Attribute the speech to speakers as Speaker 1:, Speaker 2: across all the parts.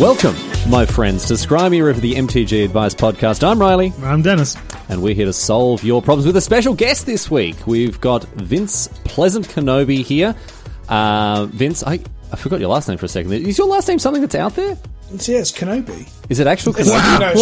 Speaker 1: Welcome, my friends, to Scrimey River, the MTG Advice Podcast. I'm Riley,
Speaker 2: I'm Dennis.
Speaker 1: and we're here to solve your problems with a special guest this week. We've got Vince Pleasant Kenobi here. Uh, Vince, I, I forgot your last name for a second. Is your last name something that's out there?
Speaker 3: It's, yeah, it's Kenobi.
Speaker 1: Is it actual
Speaker 3: It's,
Speaker 1: Kenobi?
Speaker 3: no,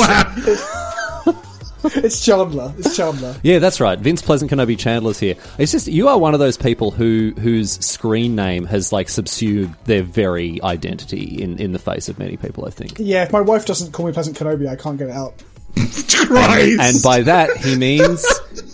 Speaker 3: it's, it's Chandler. It's Chandler.
Speaker 1: Yeah, that's right. Vince Pleasant Kenobi Chandler's here. It's just you are one of those people who whose screen name has like subsumed their very identity in, in the face of many people, I think.
Speaker 3: Yeah, if my wife doesn't call me Pleasant Kenobi, I can't get it out.
Speaker 2: Christ.
Speaker 1: And by that he means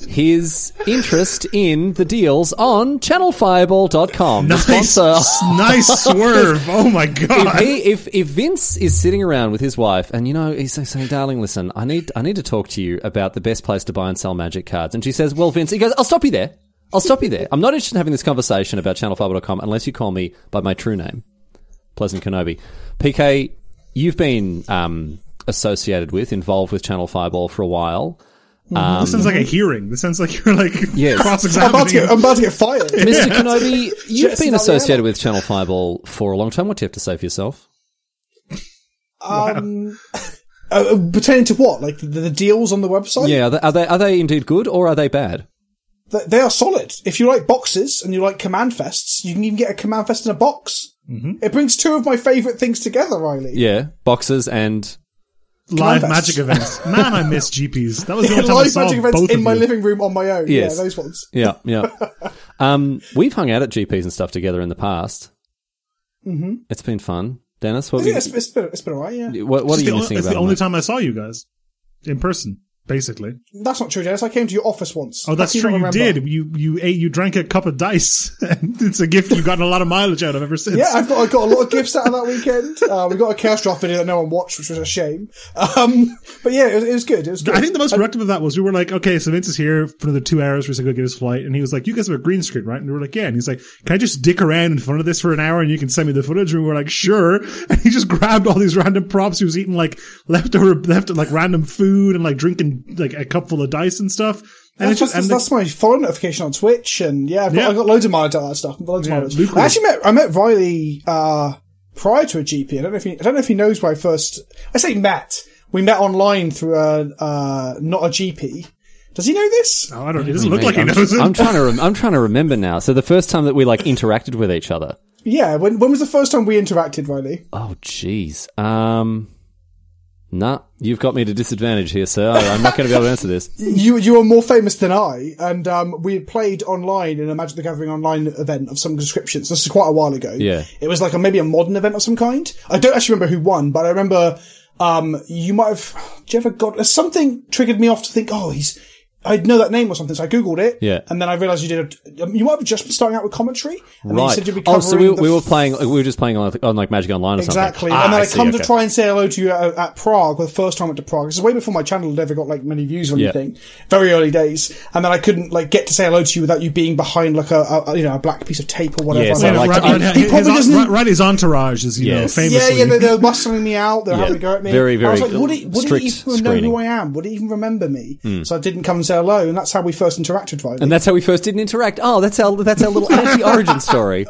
Speaker 1: his interest in the deals on channelfireball.com. The
Speaker 2: nice,
Speaker 1: sponsor
Speaker 2: nice swerve. Oh my
Speaker 1: if,
Speaker 2: god.
Speaker 1: he, if if Vince is sitting around with his wife, and you know he's saying, "Darling, listen, I need I need to talk to you about the best place to buy and sell Magic cards," and she says, "Well, Vince," he goes, "I'll stop you there. I'll stop you there. I'm not interested in having this conversation about ChannelFiber.com unless you call me by my true name, Pleasant Kenobi." PK, you've been um, associated with, involved with Channel Fireball for a while.
Speaker 2: this sounds like a hearing. This sounds like you're like
Speaker 1: Um, Yes.
Speaker 3: I'm about to
Speaker 2: cross-examining.
Speaker 3: get, I'm about to get fired.
Speaker 1: Mr. Kenobi, you've
Speaker 3: Just
Speaker 1: been
Speaker 3: another
Speaker 1: associated
Speaker 3: animal.
Speaker 1: with Channel Fireball for a long time. What do you have to say for yourself?
Speaker 3: Um, uh, uh, pertaining to what? Like the, the deals on the
Speaker 2: Oh,
Speaker 3: website?
Speaker 1: Yeah, are they, are they are they indeed good or are they bad?
Speaker 3: Th- They, are solid. If you like boxes and you like command fests, you can even get a command fest in a box. Mm-hmm. It brings two of my favourite things together, Riley.
Speaker 1: Yeah, boxes and
Speaker 2: live
Speaker 3: Combats.
Speaker 2: magic events. Man, I miss GPs. That was the
Speaker 3: Yeah,
Speaker 2: only time I
Speaker 3: live
Speaker 2: saw
Speaker 3: magic events
Speaker 2: both
Speaker 3: in
Speaker 2: of
Speaker 3: my
Speaker 2: you.
Speaker 3: living room on my own.
Speaker 1: Yes.
Speaker 3: Yeah, those ones.
Speaker 1: Yeah, yeah. um, we've hung out at GPs and stuff together in the past. Mm-hmm. It's been fun, Dennis.
Speaker 2: Oh,
Speaker 1: What, were
Speaker 3: Yeah, it's,
Speaker 1: you,
Speaker 3: it's been it's been alright. Yeah,
Speaker 1: what, what are
Speaker 2: It's
Speaker 1: you
Speaker 2: the,
Speaker 1: missing
Speaker 2: it's
Speaker 1: about?
Speaker 2: the only
Speaker 1: it?
Speaker 2: time I saw you guys in person, basically.
Speaker 3: that's not true, Dennis. I came to your office once.
Speaker 2: Oh, that's
Speaker 3: How
Speaker 2: true.
Speaker 3: do
Speaker 2: You
Speaker 3: not remember?
Speaker 2: did. You you ate. You drank a cup of dice, and it's a gift you've gotten a lot of mileage out of ever since.
Speaker 3: Yeah, I've got, I got a lot of gifts out of that weekend. Uh, we got a Chaos Draft video that no one watched, which was a shame. Um, but yeah, it was, it was good. It was good.
Speaker 2: I think the most productive of that was we were like, okay, so Vince is here for another two hours. We're just gonna go get his flight, and he was like, "You guys have a green screen, right?" And we were like, "Yeah." And he's like, "Can I just dick around in front of this for an hour, and you can send me the footage?" And we were like, "Sure." And he just grabbed all these random props. He was eating like leftover, left like random food, and like drinking like a cupful of dice and stuff. And
Speaker 3: that's,
Speaker 2: it's just
Speaker 3: that's-
Speaker 2: and
Speaker 3: that's my foreign notification on Twitch, and yeah, I've got,
Speaker 2: Yeah.
Speaker 3: I've got loads of mileage out of that stuff. Loads
Speaker 2: Yeah,
Speaker 3: of mileage.
Speaker 2: lucrative.
Speaker 3: I actually met I met Riley uh, prior to a GP. I don't know if he, I don't know if he knows where I first. I say met. We met online through a uh, not a GP. Does he know this?
Speaker 2: oh, I don't. It doesn't look
Speaker 1: Mate,
Speaker 2: like he
Speaker 1: I'm,
Speaker 2: knows it.
Speaker 1: I'm trying to rem- I'm trying to remember now. So the first time that we like interacted with each other.
Speaker 3: Yeah. When when was the first time we interacted, Riley?
Speaker 1: Oh, jeez. Um, nah, you've got me at a disadvantage here, sir. I, I'm not going to be able to answer this.
Speaker 3: You you were more famous than I, and um, we had played online in a Magic the Gathering online event of some description. So this is quite a while ago.
Speaker 1: Yeah.
Speaker 3: it was like a, maybe a modern event of some kind. I don't actually remember who won, but I remember um, you might have. Do you ever got uh, something triggered me off to think? Oh, he's. I know that name or something, so I googled it.
Speaker 1: Yeah.
Speaker 3: and then I realized you did. A, um, you might have just been starting out with commentary, and then you
Speaker 1: Right.
Speaker 3: said you'd be
Speaker 1: oh,
Speaker 3: covering.
Speaker 1: so we,
Speaker 3: the
Speaker 1: we were
Speaker 3: f-
Speaker 1: playing. We were just playing on, on like Magic Online or something.
Speaker 3: Exactly,
Speaker 1: Ah,
Speaker 3: and then I,
Speaker 1: see,
Speaker 3: come
Speaker 1: okay.
Speaker 3: to try and say hello to you at, at Prague the first time I went to Prague. This is way before my channel had ever got like many views or
Speaker 1: Yeah.
Speaker 3: anything. Very early days, and then I couldn't like get to say hello to you without you being behind like a, a you know a black piece of tape or whatever.
Speaker 1: Yes,
Speaker 3: And
Speaker 1: I
Speaker 3: I'm
Speaker 1: like
Speaker 3: like,
Speaker 1: to-
Speaker 2: Right,
Speaker 3: he, he
Speaker 2: his-
Speaker 3: probably
Speaker 2: his-
Speaker 3: doesn't
Speaker 2: right, his entourage is you
Speaker 1: Yes.
Speaker 2: know
Speaker 3: Yeah,
Speaker 2: famously.
Speaker 3: yeah, they, they were bustling me out. They were
Speaker 1: Yeah.
Speaker 3: having a go at me.
Speaker 1: Very,
Speaker 3: I was
Speaker 1: very
Speaker 3: like, would it, would it
Speaker 1: strict
Speaker 3: even know
Speaker 1: screening. Hmm.
Speaker 3: who I am? Would it even remember me? So I didn't come and say hello, and that's how we first interacted, right?
Speaker 1: And that's how we first didn't interact. Oh, that's our that's our little anti-origin story.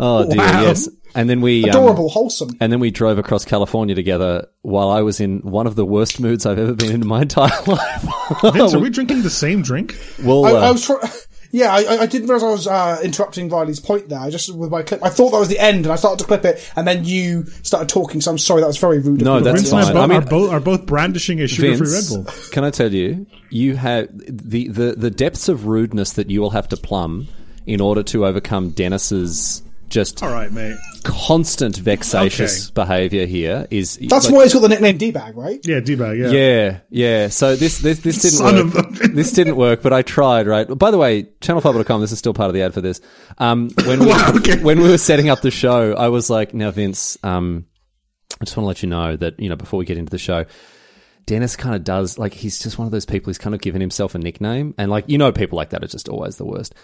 Speaker 1: Oh dear,
Speaker 2: Wow.
Speaker 1: yes. And then we um,
Speaker 3: Adorable, wholesome.
Speaker 1: and then we drove across California together while I was in one of the worst moods I've ever been in my entire life.
Speaker 2: Vince, are we drinking the same drink?
Speaker 1: Well,
Speaker 3: I,
Speaker 1: uh,
Speaker 3: I was try- yeah, I, I- I didn't realize I was uh, interrupting Riley's point there. I just with my clip, I thought that was the end, and I started to clip it, and then you started talking. So I'm sorry, that was very rude. of
Speaker 1: No,
Speaker 3: me.
Speaker 1: that's
Speaker 2: Vince and
Speaker 1: fine.
Speaker 2: I, bo-
Speaker 1: I mean-
Speaker 2: are, both, are both brandishing a sugar-free Red
Speaker 1: Vince,
Speaker 2: Bull.
Speaker 1: can I tell you, you have the, the the depths of rudeness that you will have to plumb in order to overcome Dennis's just
Speaker 2: All right, mate.
Speaker 1: constant vexatious
Speaker 2: Okay.
Speaker 1: behavior here is
Speaker 3: that's why he's got the nickname D-bag, right?
Speaker 2: Yeah, D-bag, yeah.
Speaker 1: Yeah, yeah. So this this this didn't
Speaker 2: Son
Speaker 1: work.
Speaker 2: of a bitch.
Speaker 1: this didn't work, but I tried. Right. By the way, channelfiber.com. This is still part of the ad for this. Um, when we,
Speaker 2: Wow, okay.
Speaker 1: when we were setting up the show, I was like, now Vince, um, I just want to let you know that you know before we get into the show. Dennis kind of does like he's just one of those people who's kind of given himself a nickname, and like you know, people like that are just always the worst.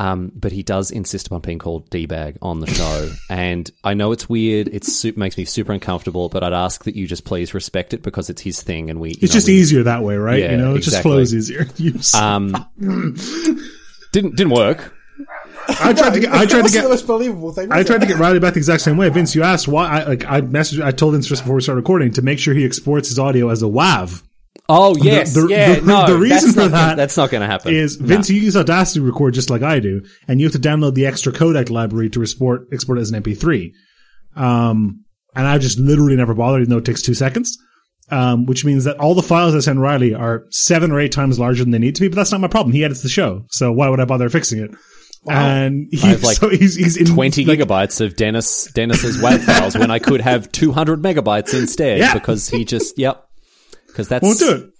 Speaker 1: Um, but he does insist upon being called D bag on the show, and I know it's weird. It's su- makes me super uncomfortable, but I'd ask that you just please respect it because it's his thing, and we you
Speaker 2: It's
Speaker 1: know,
Speaker 2: just
Speaker 1: we-
Speaker 2: easier that way, right?
Speaker 1: Yeah,
Speaker 2: you know, it just
Speaker 1: exactly.
Speaker 2: flows easier. You s-
Speaker 1: didn't didn't work.
Speaker 2: I tried to get. I tried to
Speaker 3: That's
Speaker 2: get.
Speaker 3: the most believable thing. was
Speaker 2: I
Speaker 3: it?
Speaker 2: tried to get Riley back the exact same way. Vince, you asked why. I like. I messaged. I told Vince just before we started recording to make sure he exports his audio as a WAV.
Speaker 1: Oh yes,
Speaker 2: the-
Speaker 1: yeah.
Speaker 2: the-
Speaker 1: no,
Speaker 2: the reason
Speaker 1: that's
Speaker 2: for
Speaker 1: not gonna-
Speaker 2: that
Speaker 1: that's not going to happen.
Speaker 2: Is
Speaker 1: No.
Speaker 2: Vince, you use Audacity to record just like I do, and you have to download the extra codec library to export export it as an MP3. Um, and I just literally never bothered, even though it takes two seconds. Um, which means that all the files I send Riley are seven or eight times larger than they need to be, but that's not my problem. He edits the show, so why would I bother fixing it? And he,
Speaker 1: have, like,
Speaker 2: so he's, he's in
Speaker 1: 20
Speaker 2: like,
Speaker 1: gigabytes of Dennis Dennis's WAV files when I could have 200 megabytes instead
Speaker 2: Yeah.
Speaker 1: because he just yep because that's
Speaker 2: Won't do it.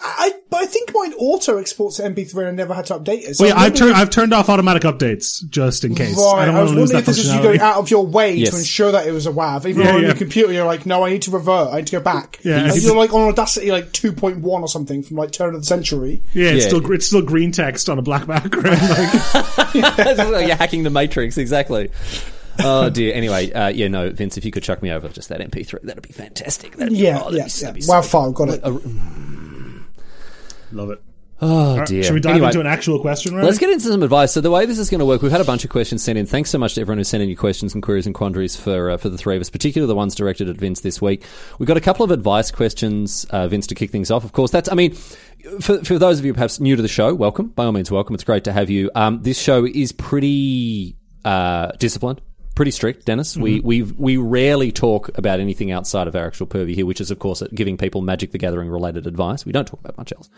Speaker 3: I, but I think mine auto exports to MP3 and I never had to update it. So
Speaker 2: Well, yeah,
Speaker 3: I'm
Speaker 2: I've,
Speaker 3: wondering
Speaker 2: turned I've turned off automatic updates just in case.
Speaker 3: if- Right,
Speaker 2: I
Speaker 3: I,
Speaker 2: don't want
Speaker 3: was
Speaker 2: to lose
Speaker 3: wondering
Speaker 2: that
Speaker 3: if this is you
Speaker 2: functionality.
Speaker 3: going out of your way
Speaker 1: Yes.
Speaker 3: to ensure that it was a WAV. Even
Speaker 2: Yeah,
Speaker 3: on
Speaker 2: yeah.
Speaker 3: your computer, you're like, no, I need to revert. I need to go back.
Speaker 2: Yeah,
Speaker 3: Like,
Speaker 2: it's-
Speaker 3: you're like on Audacity, like 2.1 or something from like turn of the century.
Speaker 2: yeah, it's
Speaker 1: Yeah.
Speaker 2: still gr- it's still green text on a black background. Like,
Speaker 1: you're hacking the matrix exactly. Oh dear. Anyway, uh, yeah, no, Vince, if you could chuck me over just that MP3, that'd be fantastic. That'd be,
Speaker 3: Yeah,
Speaker 1: oh, that'd be-
Speaker 3: yeah, yeah.
Speaker 1: that'd be so-
Speaker 3: WAV file, got it.
Speaker 2: love it.
Speaker 1: Oh dear.
Speaker 2: Should we dive
Speaker 1: Anyway,
Speaker 2: into an actual question, right?
Speaker 1: Let's get into some advice. So the way this is going to work, we've had a bunch of questions sent in. Thanks so much to everyone who sent in your questions and queries and quandaries for uh, for the three of us, particularly the ones directed at Vince this week. We've got a couple of advice questions, uh, Vince, to kick things off. Of course, that's I mean, for for those of you perhaps new to the show, welcome. By all means, welcome. It's great to have you. Um, this show is pretty uh, disciplined. Pretty strict, Dennis. We we we rarely talk about anything outside of our actual purview here, which is, of course, giving people Magic the Gathering related advice. We don't talk about much else.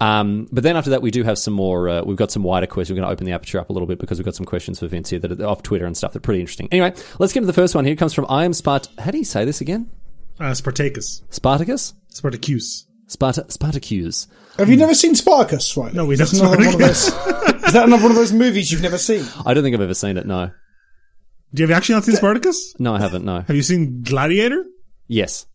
Speaker 1: Um, but then after that, we do have some more. Uh, we've got some wider questions. We're going to open the aperture up a little bit because we've got some questions for Vince here that are off Twitter and stuff. They're pretty interesting. Anyway, let's get to the first one. Here It comes from I am Spart. How do you say this again?
Speaker 2: uh, Spartacus,
Speaker 1: Spartacus,
Speaker 2: Spartacus.
Speaker 1: Sparta, Spartacus.
Speaker 3: Have you never seen Spartacus, right?
Speaker 2: No, we
Speaker 3: That's
Speaker 2: don't.
Speaker 3: another one of those- Is that another one of those movies you've never seen?
Speaker 1: I don't think I've ever seen it. No,
Speaker 2: Do you have actually not seen Spartacus?
Speaker 1: no, I haven't. No.
Speaker 2: Have you seen Gladiator?
Speaker 1: Yes,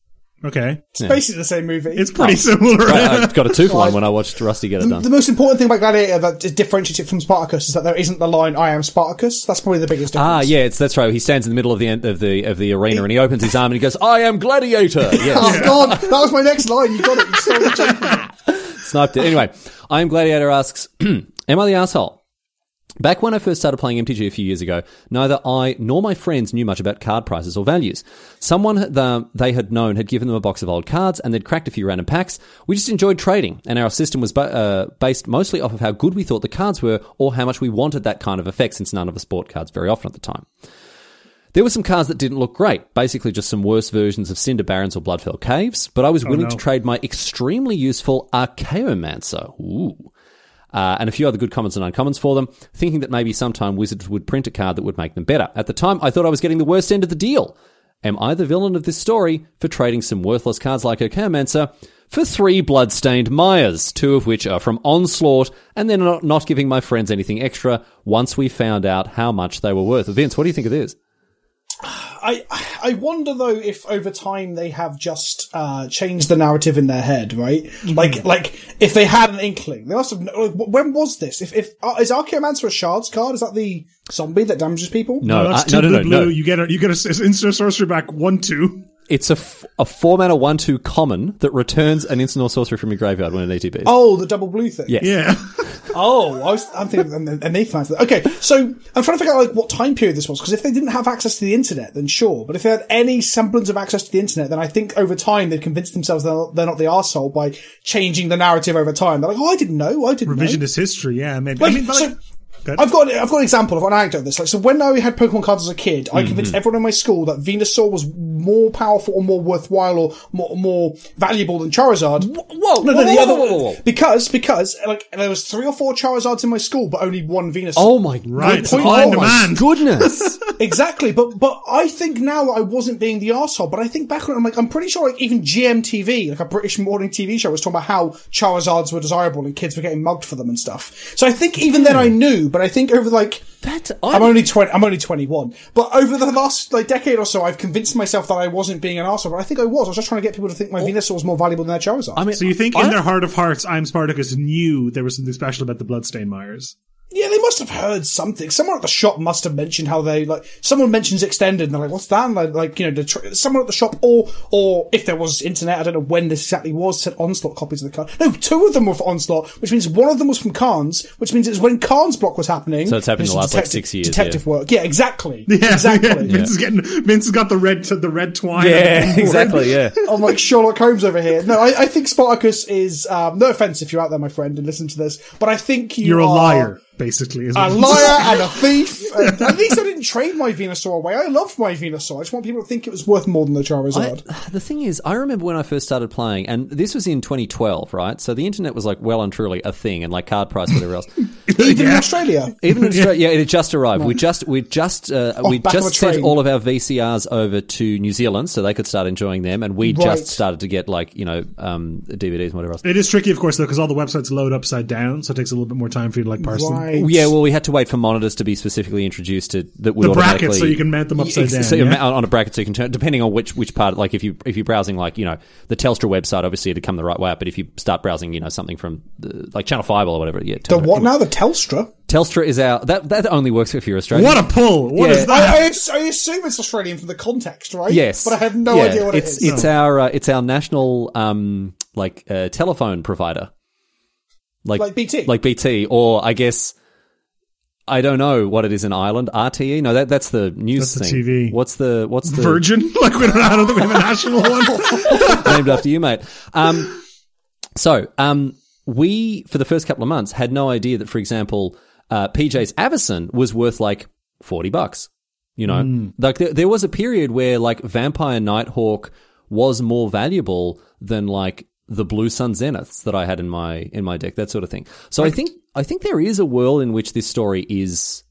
Speaker 2: Okay,
Speaker 3: It's basically the same movie.
Speaker 2: it's pretty similar.
Speaker 1: I, I got a two for one when I watched Rusty get it
Speaker 3: the
Speaker 1: done.
Speaker 3: most important thing about Gladiator that differentiates it from Spartacus is that there isn't the line "I am Spartacus." That's probably the biggest difference.
Speaker 1: Ah, yeah, it's that's right. He stands in the middle of the end of the of the arena and he opens his arm and he goes, "I am gladiator." Yes.
Speaker 3: Oh god, that was my next line. You got it. You stole the joke.
Speaker 1: sniped it. Anyway, I am Gladiator asks, "Am I the asshole?" Back when I first started playing MTG a few years ago, neither I nor my friends knew much about card prices or values. Someone had- the- they had known had given them a box of old cards and they'd cracked a few random packs. We just enjoyed trading, and our system was bu- uh, based mostly off of how good we thought the cards were or how much we wanted that kind of effect, since none of us bought cards very often at the time. There were some cards that didn't look great, basically just some worse versions of Cinder Barrens or Bloodfell Caves, but I was willing
Speaker 2: no.
Speaker 1: to trade my extremely useful Archaeomancer. Ooh. Uh, and a few other good commons and uncommons for them, thinking that maybe sometime Wizards would print a card that would make them better. At the time, I thought I was getting the worst end of the deal. Am I the villain of this story for trading some worthless cards like Archaeomancer for three Bloodstained Myers, two of which are from Onslaught, and then not, not giving my friends anything extra once we found out how much they were worth? Vince, what do you think of this?
Speaker 3: I I wonder though if over time they have just uh, changed the narrative in their head, right?
Speaker 2: Mm-hmm.
Speaker 3: Like like if they had an inkling, they must have. like, wh- When was this? If if uh, is Archaeomancer a shards card? Is that the zombie that damages people?
Speaker 1: Uh, No,
Speaker 2: Oh, that's
Speaker 1: I-
Speaker 2: two blue blue. You get a you get a s- instant sorcery back one two.
Speaker 1: It's a, f- a four mana one two common that returns an instant or sorcery from your graveyard when an E ETB.
Speaker 3: Oh, the double blue thing.
Speaker 1: Yeah.
Speaker 2: Yeah,
Speaker 3: Oh, I was, I'm thinking, and, and they found that. Okay, so I'm trying to figure out like what time period this was because if they didn't have access to the internet, then sure. But if they had any semblance of access to the internet, then I think over time they've convinced themselves they're not, they're not the arsehole by changing the narrative over time. They're like, oh, I didn't know, I didn't know.
Speaker 2: revisionist history. Yeah, maybe. I
Speaker 3: Like,
Speaker 2: mean, but like,
Speaker 3: so- I've got I've got an example of an anecdote of this. Like, so when I had Pokemon cards as a kid, I convinced everyone in my school that Venusaur was more powerful or more worthwhile or more, more valuable than Charizard.
Speaker 1: whoa,
Speaker 3: no,
Speaker 1: whoa,
Speaker 3: no, the
Speaker 1: whoa,
Speaker 3: other
Speaker 1: whoa, whoa, whoa.
Speaker 3: because because like there was three or four Charizards in my school, but only one Venusaur.
Speaker 1: Oh my
Speaker 2: right,
Speaker 1: goodness.
Speaker 2: supply and
Speaker 1: Oh my
Speaker 2: demand.
Speaker 1: goodness.
Speaker 3: exactly. But but I think now I wasn't being the asshole. But I think back when I'm like I'm pretty sure like even GMTV, like a British morning TV show, was talking about how Charizards were desirable and kids were getting mugged for them and stuff. So I think even then I knew. But I think over like
Speaker 1: Hmm. That's
Speaker 3: I'm only twenty. I'm only twenty-one. But over the last like decade or so, I've convinced myself that I wasn't being an arsehole. But I think I was. I was just trying to get people to think
Speaker 1: Oh.
Speaker 3: my Venusaur was more valuable than their Charizard.
Speaker 1: I mean,
Speaker 2: So you think
Speaker 1: I-
Speaker 2: in their heart of hearts, I'm Spartacus knew there was something special about the Bloodstained Myers?
Speaker 3: Yeah, they must have heard something. Someone at the shop must have mentioned how they like. Someone mentions extended, and they're like, "What's that?" And like, like, you know, the tr- someone at the shop, or or if there was internet, I don't know when this exactly was. Said onslaught copies of the card. No, two of them were for onslaught, which means one of them was from Carnes, which means it was when Carnes block was happening.
Speaker 1: So it's happened in
Speaker 3: This
Speaker 1: the last,
Speaker 3: is
Speaker 1: like, six years,
Speaker 3: Detective
Speaker 1: yeah.
Speaker 3: work. Yeah, exactly.
Speaker 2: Yeah,
Speaker 3: exactly.
Speaker 2: yeah. Vince is getting Vince has got the red the red twine.
Speaker 1: exactly. Yeah.
Speaker 3: I'm like Sherlock Holmes over here. No, I, I think Spartacus is. Um, no offense if you're out there, my friend, and listen to this, but I think you
Speaker 2: You're a
Speaker 3: are
Speaker 2: liar, basically. Is
Speaker 3: a
Speaker 2: what-
Speaker 3: liar and a thief. And at least I didn't trade my Venusaur away. I loved my Venusaur. I just want people to think it was worth more than the Charizard.
Speaker 1: I- the thing is, I remember when I first started playing, and this was in 2012, right? So the internet was like well and truly a thing, and like card price, whatever else.
Speaker 3: Even in Australia.
Speaker 1: Even in Australia, yeah, it had just arrived. We just we just uh, we
Speaker 3: back of a
Speaker 1: just sent
Speaker 3: train.
Speaker 1: all of our VCRs over to New Zealand so they could start enjoying them, and we
Speaker 3: Right.
Speaker 1: just started to get like you know um, DVDs and whatever else.
Speaker 2: It is tricky, of course, though, because all the websites load upside down, so it takes a little bit more time for you to like parse them.
Speaker 3: Right.
Speaker 1: Yeah, well, we had to wait for monitors to be specifically introduced to that would
Speaker 2: The brackets,
Speaker 1: automatically-
Speaker 2: so you can mount them upside
Speaker 1: Yeah,
Speaker 2: down,
Speaker 1: So you
Speaker 2: yeah?
Speaker 1: mount on a bracket, so you can turn depending on which which part. Like if you if you're browsing like you know the Telstra website, obviously it'd come the right way up. But if you start browsing, you know something from the, like Channel Five or whatever, yeah.
Speaker 3: The
Speaker 1: Telstra-
Speaker 3: what now? The Telstra?
Speaker 1: Telstra is our that that only works if you're Australian.
Speaker 2: What a pull! What
Speaker 1: Yeah.
Speaker 2: is that?
Speaker 3: I, I, ass- I assume it's Australian from the context, right?
Speaker 1: Yes,
Speaker 3: But I have no
Speaker 1: Yeah,
Speaker 3: idea what
Speaker 1: it's,
Speaker 3: it is. Oh.
Speaker 1: It's our uh, it's our national um like uh, telephone provider, like
Speaker 3: Like BT?
Speaker 1: like BT, or I guess I don't know what it is in Ireland. RTE? No, that that's the news
Speaker 2: That's the
Speaker 1: thing.
Speaker 2: TV.
Speaker 1: What's the what's the
Speaker 2: Virgin? Like we don't, I don't think we have a national one.
Speaker 1: named after you, mate? Um, so um, we for the first couple of months had no idea that, for example, uh, PJ's Avison was worth like forty bucks. You know, like there, there was a period where like Vampire Nighthawk was more valuable than like the Blue Sun Zeniths that I had in my in my deck, that sort of thing. So I think I think there is a world in which this story is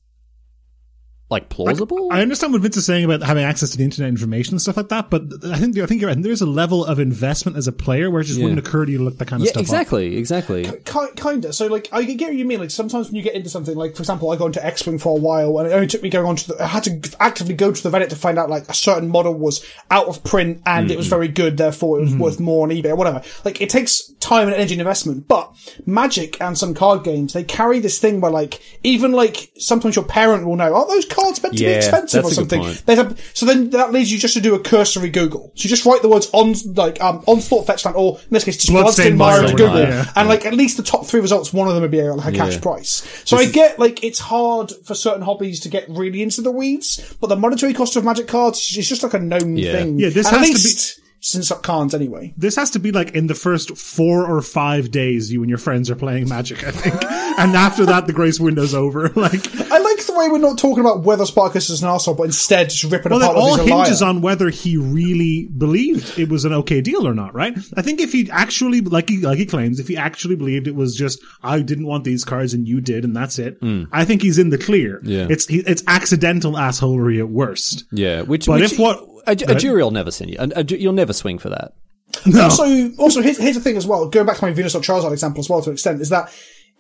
Speaker 1: like plausible.
Speaker 2: I understand what Vince is saying about having access to the internet information and stuff like that, but I think I think you're right. There's a level of investment as a player where it just wouldn't occur to you to look that kind of
Speaker 1: yeah,
Speaker 2: stuff up.
Speaker 1: exactly, exactly.
Speaker 3: Ki- kinda. So, like, I get what you mean. Like, sometimes when you get into something, like, for example, I got into X-Wing for a while, and it only took me going on to the, I had to g- actively go to the Reddit to find out, like, a certain model was out of print and it was very good, therefore it
Speaker 1: Mm-hmm.
Speaker 3: was worth more on eBay or whatever. Like, it takes time and energy and investment, but Magic and some card games, they carry this thing where, like, even, like, sometimes your parent will know, aren't those cards meant to be
Speaker 1: Yeah,
Speaker 3: expensive
Speaker 1: that's
Speaker 3: or
Speaker 1: a good
Speaker 3: something?
Speaker 1: point.
Speaker 3: They have, so then that leads you just to do a cursory Google. So you just write the words on, like, um, onslaught fetchland, or in this case, just
Speaker 2: Bloodstained
Speaker 3: Bloodstained Mire
Speaker 2: Mire,
Speaker 3: into Google.
Speaker 2: yeah.
Speaker 3: And like at least the top three results, one of them would be like a cash
Speaker 1: Yeah.
Speaker 3: price. So I get like it's hard for certain hobbies to get really into the weeds, but the monetary cost of magic cards is just like a known
Speaker 1: Yeah.
Speaker 3: thing.
Speaker 2: Yeah, this
Speaker 3: And
Speaker 2: has to
Speaker 3: at
Speaker 2: be-
Speaker 3: least since I can't anyway.
Speaker 2: This has to be like in the first four or five days you and your friends are playing Magic, I think, and after that the grace window's over. Like
Speaker 3: I like the way we're not talking about whether Sparkus is an arsehole, but instead just ripping
Speaker 2: Well,
Speaker 3: apart
Speaker 2: it all
Speaker 3: whether he's a liar.
Speaker 2: hinges on whether he really believed it was an okay deal or not, right? I think if he actually, like he, like he claims, if he actually believed it was just, I didn't want these cards and you did and that's it, I think he's in the clear.
Speaker 1: Hmm. Yeah.
Speaker 2: It's, he, it's accidental assholery at worst.
Speaker 1: Yeah, which
Speaker 2: But
Speaker 1: which-
Speaker 2: if what-
Speaker 1: a, a jury will never send you, and a ju- you'll never swing for that.
Speaker 3: Also, also here's, here's the thing as well. Going back to my Venusaur Charizard example as well, to an extent, is that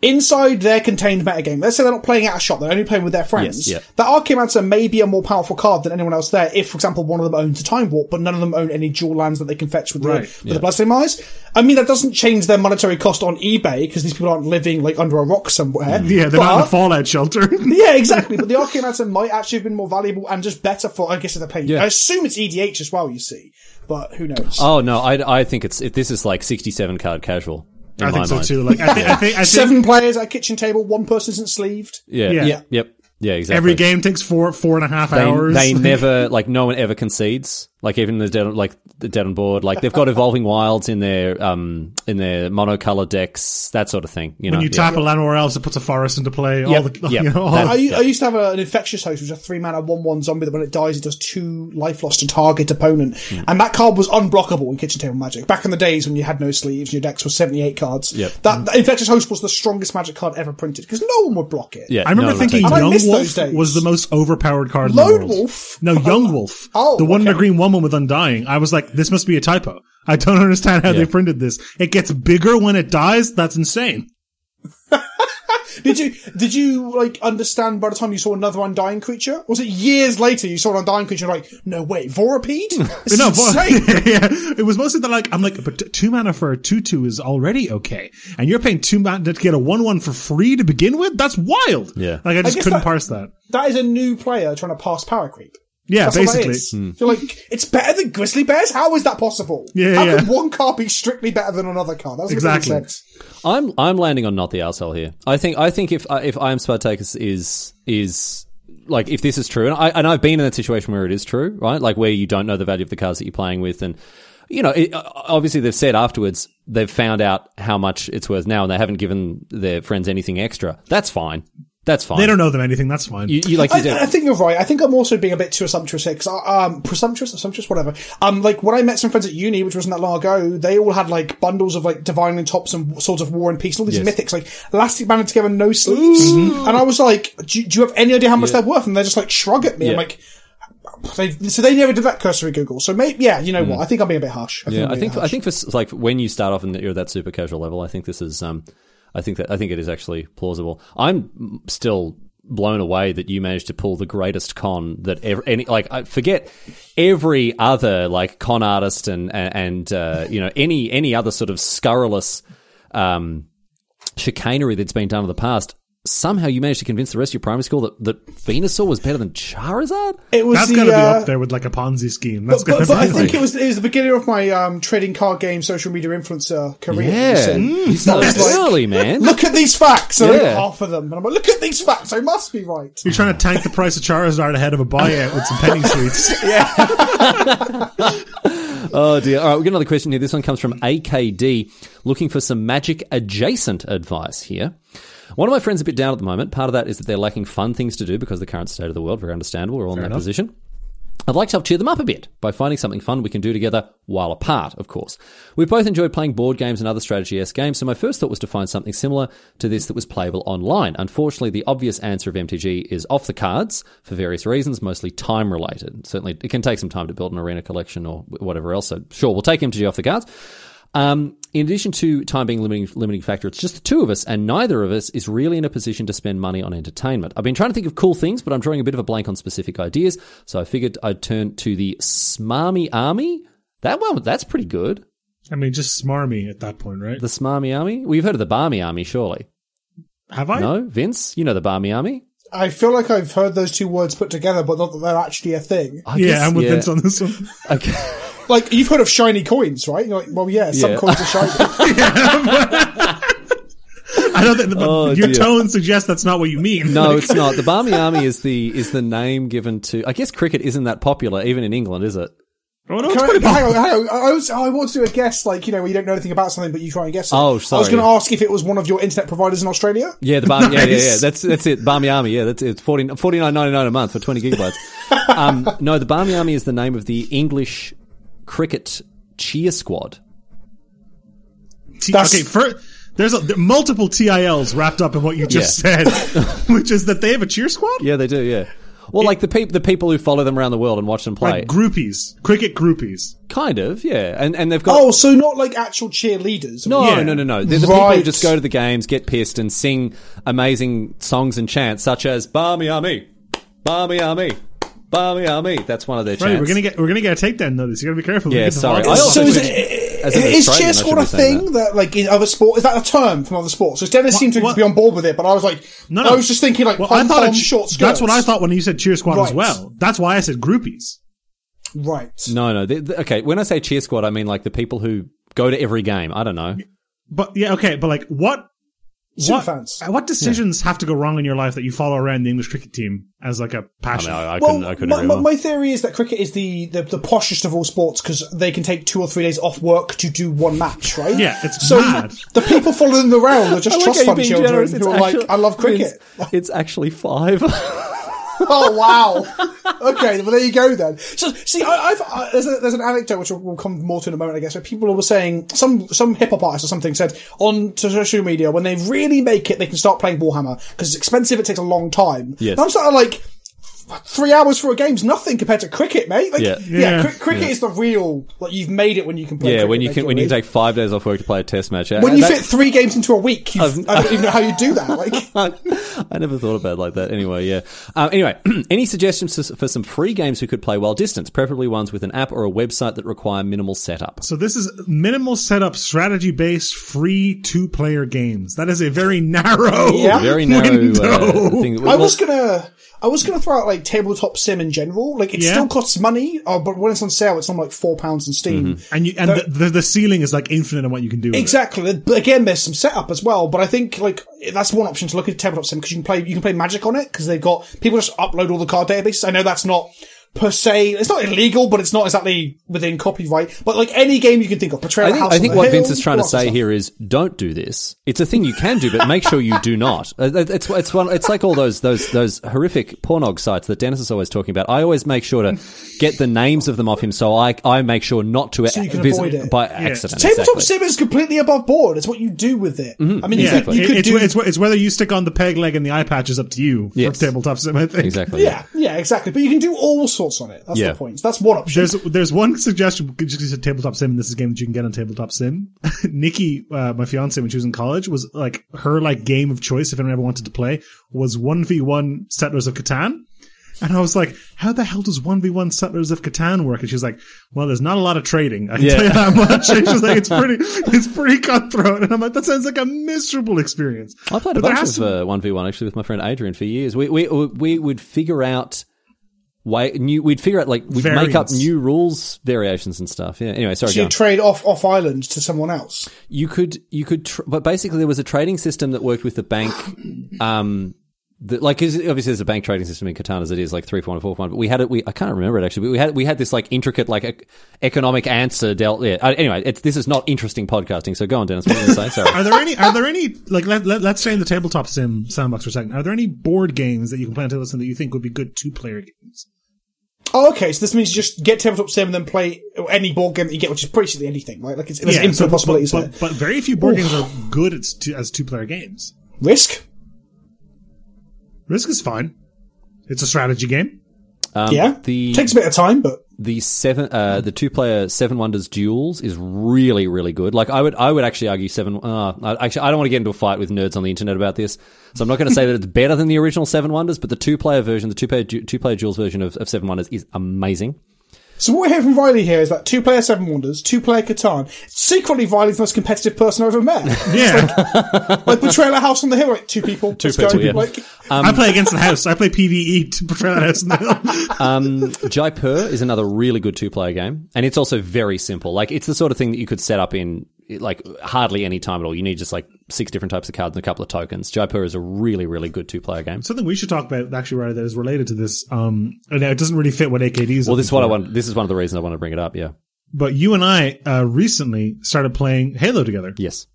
Speaker 3: inside their contained metagame, let's say they're not playing out a shop, they're only playing with their friends.
Speaker 1: Yes, yeah.
Speaker 3: That Archimancer may be a more powerful card than anyone else there. If, for example, one of them owns a Time Warp, but none of them own any dual lands that they can fetch with the,
Speaker 2: Right,
Speaker 3: with the Bloodstained Mines. I mean, that doesn't change their monetary cost on eBay because these people aren't living like under a rock somewhere.
Speaker 2: Mm. Yeah, they're not in
Speaker 3: but-
Speaker 2: a fallout shelter.
Speaker 3: yeah, exactly. But the Archimancer might actually have been more valuable and just better for, I guess, if they're playing.
Speaker 1: Yeah.
Speaker 3: I assume it's EDH as well, you see. But who knows?
Speaker 1: Oh no, I, I think it's it, this is like sixty-seven card casual. In
Speaker 2: I
Speaker 1: my
Speaker 2: think so
Speaker 1: mind.
Speaker 2: too. Like, I think, I think, I think
Speaker 3: Seven players at a kitchen table, one person isn't sleeved.
Speaker 1: Yeah,
Speaker 2: Yeah.
Speaker 1: yeah, yep, yep, yeah, exactly.
Speaker 2: every game takes four, four and a half
Speaker 1: they,
Speaker 2: hours.
Speaker 1: they never like no one ever concedes. Like even the dead, like the dead on board. Like they've got evolving wilds in their um in their monocolor decks, that sort of thing. You know,
Speaker 2: when you
Speaker 1: yeah.
Speaker 2: tap a land where else, it puts a forest into play. All
Speaker 1: Yep,
Speaker 2: the,
Speaker 1: yep.
Speaker 2: you know, all
Speaker 1: That-
Speaker 3: I, I used to have a, an infectious host, which was a three mana one one zombie that when it dies, it does two life loss to target opponent,
Speaker 1: Hmm.
Speaker 3: and that card was unblockable in Kitchen Table Magic. Back in the days when you had no sleeves, and your decks were seventy eight cards.
Speaker 1: Yep. Hmm.
Speaker 3: That, that infectious host was the strongest Magic card ever printed because no one would block it.
Speaker 1: yeah.
Speaker 2: I
Speaker 1: no,
Speaker 2: remember
Speaker 1: no,
Speaker 2: thinking
Speaker 1: thank
Speaker 3: I
Speaker 2: Young
Speaker 3: miss those
Speaker 2: Wolf
Speaker 3: days.
Speaker 2: was the most overpowered card. in the
Speaker 3: Lone
Speaker 2: world.
Speaker 3: Wolf?
Speaker 2: No, Young Wolf.
Speaker 3: Oh,
Speaker 2: the one in the
Speaker 3: okay.
Speaker 2: green woman with Undying. I was like, this must be a typo. I don't understand how they printed this. It gets bigger when it dies. That's insane.
Speaker 3: did you did you like understand by the time you saw another undying creature? Was it years later you saw an undying creature? and you're Like, no wait, Vorapede?
Speaker 1: Hmm.
Speaker 3: This
Speaker 2: no,
Speaker 3: is
Speaker 2: but-
Speaker 3: insane.
Speaker 2: yeah, it was mostly the like. I'm like, but t- two mana for a two-two is already okay, and you're paying two mana to get a one-one for free to begin with. That's wild.
Speaker 1: Yeah.
Speaker 2: like I just
Speaker 3: guess
Speaker 2: couldn't
Speaker 3: that-
Speaker 2: parse that.
Speaker 3: That is a new player trying to pass power creep.
Speaker 2: Yeah,
Speaker 3: That's
Speaker 2: basically. hmm.
Speaker 3: What that is. You're like, it's better than Grizzly Bears? How is that possible?
Speaker 2: Yeah,
Speaker 3: How
Speaker 2: yeah.
Speaker 3: can one car be strictly better than another car? That doesn't
Speaker 2: Exactly.
Speaker 3: make any sense.
Speaker 1: I'm I'm landing on not the arsehole here. I think I think if uh, if I am Spartacus is is like if this is true, and I and I've been in that situation where it is true, right? Like where you don't know the value of the cards that you're playing with, and you know, it, uh, obviously they've said afterwards they've found out how much it's worth now, and they haven't given their friends anything extra. That's fine. That's fine.
Speaker 2: They don't know them anything. That's fine.
Speaker 1: You, you like you
Speaker 3: I, I
Speaker 1: don't.
Speaker 3: think you're right. I think I'm also being a bit too presumptuous here. 'cause I, um, presumptuous, presumptuous, whatever. Um, like when I met some friends at uni, which wasn't that long ago, they all had like bundles of like Divining Tops and Swords of War and Peace and all these mythics, like Elastic Banded Together, No Sleeves. Mm-hmm. And I was like, do, do you have any idea how much they're worth? And they just like shrug at me. I'm
Speaker 1: Yeah.
Speaker 3: like, they, so they never did that cursory Google. So maybe, yeah, you know
Speaker 2: Hmm.
Speaker 3: what? I think I'm being a bit harsh. I
Speaker 1: Yeah,
Speaker 3: I'm
Speaker 1: I
Speaker 3: being
Speaker 1: think
Speaker 3: harsh.
Speaker 1: I think for s- like when you start off and you're at that super casual level, I think this is um, I think that I think it is actually plausible. I'm still blown away that you managed to pull the greatest con that ever any like I forget every other like con artist and and uh, you know any any other sort of scurrilous um, chicanery that's been done in the past. Somehow you managed to convince the rest of your primary school that, that Venusaur was better than Charizard?
Speaker 3: it was
Speaker 2: that's
Speaker 3: the,
Speaker 2: got to be
Speaker 3: uh,
Speaker 2: up there with like a Ponzi scheme. That's got
Speaker 3: but, but
Speaker 2: to
Speaker 3: I
Speaker 2: be. Like,
Speaker 3: think it was it was the beginning of my um, trading card game social media influencer career. you
Speaker 1: Yeah.
Speaker 3: see.
Speaker 1: You
Speaker 3: That was
Speaker 1: started early, man.
Speaker 3: Look at these facts. And I got
Speaker 1: Yeah.
Speaker 3: half of them, and I'm like, look at these facts. I must be right.
Speaker 2: you're trying to tank the price of Charizard ahead of a buyout with some penny sweets.
Speaker 1: Oh dear. All right, we've got another question here. This one comes from AKD, looking for some magic adjacent advice here. One of my friends a bit down at the moment. Part of that is that they're lacking fun things to do because of the current state of the world. Very understandable. We're all in that position. I'd like to help cheer them up a bit by finding something fun we can do together while apart, of course. We both enjoy playing board games and other strategy S games, so my first thought was to find something similar to this that was playable online. Unfortunately, the obvious answer of MTG is off the cards for various reasons, mostly time related. Certainly, it can take some time to build an arena collection or whatever else, so sure, we'll take MTG off the cards. Um, in addition to time being a limiting, limiting factor, it's just the two of us, and neither of us is really in a position to spend money on entertainment. I've been trying to think of cool things, but I'm drawing a bit of a blank on specific ideas, so I figured I'd turn to the Smarmy Army. That one, that's pretty good.
Speaker 2: I mean, just smarmy at that point, right?
Speaker 1: The Smarmy Army? We've heard of the Barmy Army, surely.
Speaker 2: Have I?
Speaker 1: No, Vince, you know the Barmy Army?
Speaker 3: I feel like I've heard those two words put together, but not that they're actually a thing.
Speaker 1: I
Speaker 2: yeah,
Speaker 1: guess-
Speaker 2: I'm with Vince on this one.
Speaker 1: Okay.
Speaker 3: Like you've heard of shiny coins, right? You're like, well, yeah, some
Speaker 1: Yeah.
Speaker 3: coins are shiny.
Speaker 2: I don't think, but
Speaker 1: Oh,
Speaker 2: your
Speaker 1: dear.
Speaker 2: tone suggests that's not what you mean.
Speaker 1: No, it's not. The Barmy Army is the is the name given to. I guess cricket isn't that popular, even in England, is it?
Speaker 2: Oh, no, it's
Speaker 3: Can I,
Speaker 2: pretty
Speaker 3: hang on, hang on. I, was, I want to do a guess, like you know, where you don't know anything about something, but you try and guess. something.
Speaker 1: Oh,
Speaker 3: I was
Speaker 1: sorry.
Speaker 3: going to ask if it was one of your internet providers in Australia.
Speaker 1: Yeah, the Barmy. Yeah, yeah, yeah.
Speaker 2: Nice.
Speaker 1: That's that's it. Barmy Army. Yeah, that's it's forty forty nine ninety nine a month for twenty gigabytes. um, no, the Barmy Army is the name of the English cricket cheer squad.
Speaker 2: T-
Speaker 3: That's-
Speaker 2: okay, fir- there's a, there are multiple TILs wrapped up in what you just said, which is that they have a cheer squad?
Speaker 1: Yeah, they do. Yeah. Well, like the peop the people who follow them around the world and watch them play,
Speaker 2: Like groupies, cricket groupies.
Speaker 1: kind of, yeah, and and they've got
Speaker 3: Oh, so not like actual cheerleaders.
Speaker 1: no,
Speaker 2: yeah.
Speaker 1: no, no, no. They're the people who
Speaker 3: Right.
Speaker 1: just go to the games, get pissed, and sing amazing songs and chants such as "Barmy Army, Barmy Army, Barmy Army." That's one of their chants.
Speaker 2: Right, we're gonna get we're gonna get a takedown notice. You gotta be careful. We
Speaker 1: Yeah,
Speaker 2: get the
Speaker 1: sorry.
Speaker 2: volume.
Speaker 1: I also
Speaker 3: so is,
Speaker 1: think-
Speaker 3: it,
Speaker 1: as an
Speaker 3: is
Speaker 1: Australian, I
Speaker 3: cheer
Speaker 1: should
Speaker 3: squad
Speaker 1: be
Speaker 3: a
Speaker 1: saying
Speaker 3: thing that. like in other sports? Is that a term from other sports? Because Dennis seemed to
Speaker 2: what-
Speaker 3: be on board with it, but I was like,
Speaker 2: No, no.
Speaker 3: I was just thinking like
Speaker 2: Well,
Speaker 3: pom pom
Speaker 2: it-
Speaker 3: short skirts.
Speaker 2: That's what I thought when you said cheer squad as
Speaker 3: Right.
Speaker 2: well. That's why I said groupies.
Speaker 3: Right.
Speaker 1: No, no. The, the- okay, when I say cheer squad, I mean like the people who go to every game. I don't know.
Speaker 2: But yeah, okay. But like, what
Speaker 3: Super
Speaker 2: what
Speaker 3: fans.
Speaker 2: uh, what decisions have to go wrong in your life that you follow around the English cricket team as like a
Speaker 1: I mean,
Speaker 2: passion?
Speaker 1: I, I
Speaker 3: Well,
Speaker 1: couldn't. I couldn't
Speaker 3: my,
Speaker 1: agree
Speaker 3: my,
Speaker 1: more.
Speaker 3: my theory is that cricket is the, the, the poshest of all sports because they can take two or three days off work to do one match, right?
Speaker 2: Yeah, it's
Speaker 3: so
Speaker 2: mad.
Speaker 3: the people following them around are just trust fund children who are like, I love cricket.
Speaker 1: It's, actually five.
Speaker 3: Oh wow! Okay, well there you go then. So see, I, I've I, there's, a, there's an anecdote which we'll come more to in a moment, I guess. Where people were saying some some hip hop artist or something said on to social media when they really make it, they can start playing Warhammer because it's expensive. It takes a long time.
Speaker 1: Yes.
Speaker 3: And I'm sort of like. three hours for a game's nothing compared to cricket, mate. Like,
Speaker 1: Yeah.
Speaker 3: yeah,
Speaker 2: Yeah.
Speaker 3: cri- cricket is the real. Like you've made it when you can play.
Speaker 1: yeah, when
Speaker 3: cricket,
Speaker 1: you can
Speaker 3: basically.
Speaker 1: when you can take five days off work to play a test match. Uh,
Speaker 3: when you
Speaker 1: that-
Speaker 3: fit three games into a week, you
Speaker 1: I've-
Speaker 3: I don't even know how you do that. Like,
Speaker 1: I never thought about it like that. Anyway, yeah. Um, anyway, any suggestions for- for some free games we could play while distance, preferably ones with an app or a website that require minimal setup?
Speaker 2: So this is minimal setup, strategy based, free two player games. That is a very narrow,
Speaker 3: Yeah.
Speaker 1: Very narrow uh,
Speaker 2: Window.
Speaker 1: thing.
Speaker 3: I
Speaker 1: Well,
Speaker 3: was gonna, I was gonna throw out like tabletop sim in general. Like it
Speaker 2: Yeah.
Speaker 3: still costs money, uh, but when it's on sale, it's on like four pounds on Steam.
Speaker 1: Mm-hmm.
Speaker 2: and you, and the, the the ceiling is like infinite on what you can do. with it.
Speaker 3: Exactly, but again, there's some setup as well. But I think like that's one option to look at tabletop sim because you can play you can play Magic on it because they've got people just upload all the card databases. I know that's not per se, it's not illegal, but it's not exactly within copyright. But like any game you can think of, Betrayal
Speaker 1: I
Speaker 3: at
Speaker 1: think,
Speaker 3: House
Speaker 1: I
Speaker 3: on
Speaker 1: think
Speaker 3: the
Speaker 1: what
Speaker 3: Hill,
Speaker 1: Vince is trying to
Speaker 3: all that
Speaker 1: say
Speaker 3: stuff.
Speaker 1: here is don't do this. It's a thing you can do, but make sure you do not. Uh, that- It's it's one. It's like all those those those horrific pornog sites that Dennis is always talking about. I always make sure to get the names of them off him, so I I make sure not to
Speaker 3: you can
Speaker 1: visit
Speaker 3: avoid it.
Speaker 1: by accident.
Speaker 3: Tabletop
Speaker 1: exactly. Mm-hmm.
Speaker 3: sim is completely above board. It's what you do with it. I mean, you
Speaker 2: Yeah,
Speaker 3: could, you
Speaker 2: It-
Speaker 3: could
Speaker 2: it's,
Speaker 3: do
Speaker 2: it's, it's whether you stick on the peg leg and the eye patch is up to you for
Speaker 1: Yes.
Speaker 2: tabletop sim. I think
Speaker 1: Exactly.
Speaker 3: Yeah, yeah, exactly. But you can do all sorts on it. That's
Speaker 1: Yeah.
Speaker 3: the point. That's one option.
Speaker 2: There's there's one suggestion just you said tabletop sim. and This is a game that you can get on tabletop sim. Nikki, uh, my fiance, when she was in college, was like her like game of choice if anyone ever wanted to play was one v one Settlers of Catan. And I was like, how the hell does 1v1 Settlers of Catan work? And she was like, well, there's not a lot of trading. I can
Speaker 1: Yeah.
Speaker 2: tell you that much. And she was like, it's pretty, it's pretty cutthroat. And I'm like, that sounds like a miserable experience.
Speaker 1: I played a
Speaker 2: But there
Speaker 1: bunch
Speaker 2: has
Speaker 1: of
Speaker 2: to-
Speaker 1: uh, 1v1 actually with my friend Adrian for years. We we we would figure out way new we'd figure out like we'd make up
Speaker 2: Variants.
Speaker 1: new rules variations and stuff. Yeah. Anyway, sorry.
Speaker 3: So
Speaker 1: go
Speaker 3: you
Speaker 1: on.
Speaker 3: trade off off island to someone else.
Speaker 1: you could you could tr- but basically there was a trading system that worked with the bank um the, like 'cause obviously there's a bank trading system in Catan as it is like three point four point but we had it we I can't remember it actually but we had we had this like intricate like ec- economic answer dealt yeah Uh, anyway it's this is not interesting podcasting so go on Dennis what were you going to say sorry
Speaker 2: are there any are there any like let, let, let's stay in the tabletop sim sandbox for a second are there any board games that you can play on tabletop sim that you think would be good two player games
Speaker 3: Oh, okay. So this means you just get tabletop sim and then play any board game that you get, which is basically anything, right? Like it's, there's infinite
Speaker 2: so- but-
Speaker 3: possibilities.
Speaker 2: but,
Speaker 3: there.
Speaker 2: but, very few board games are good as two, as two player games
Speaker 3: Risk.
Speaker 2: risk is fine it's a strategy game
Speaker 1: um,
Speaker 3: yeah.
Speaker 1: the
Speaker 3: Takes a bit of time, but
Speaker 1: the seven uh the two player seven wonders duels is really really good like i would i would actually argue seven uh I- actually i don't want to get into a fight with nerds on the internet about this so i'm not going to say that it's better than the original seven wonders but the two player version the two player du- two player duels version of, of seven wonders is amazing
Speaker 3: so what we're hearing from Riley here is that two player Seven Wonders, two player Catan. Secretly, Riley's the most competitive person I've ever met.
Speaker 2: yeah
Speaker 3: like Betrayal at House on the Hill, like two people, two
Speaker 1: people, yeah.
Speaker 3: Like,
Speaker 1: Um,
Speaker 2: i play against the house i play pve to portray that house in the hill.
Speaker 1: jaipur Um, is another really good two player game and it's also very simple like it's the sort of thing that you could set up in like hardly any time at all you need just like six different types of cards and a couple of tokens jaipur is a really really good two player game
Speaker 2: something we should talk about actually right that is related to this um and it doesn't really fit what akd is
Speaker 1: well this is what i want this is one of the reasons i want to bring it up yeah
Speaker 2: but you and i uh recently started playing halo together
Speaker 1: Yes.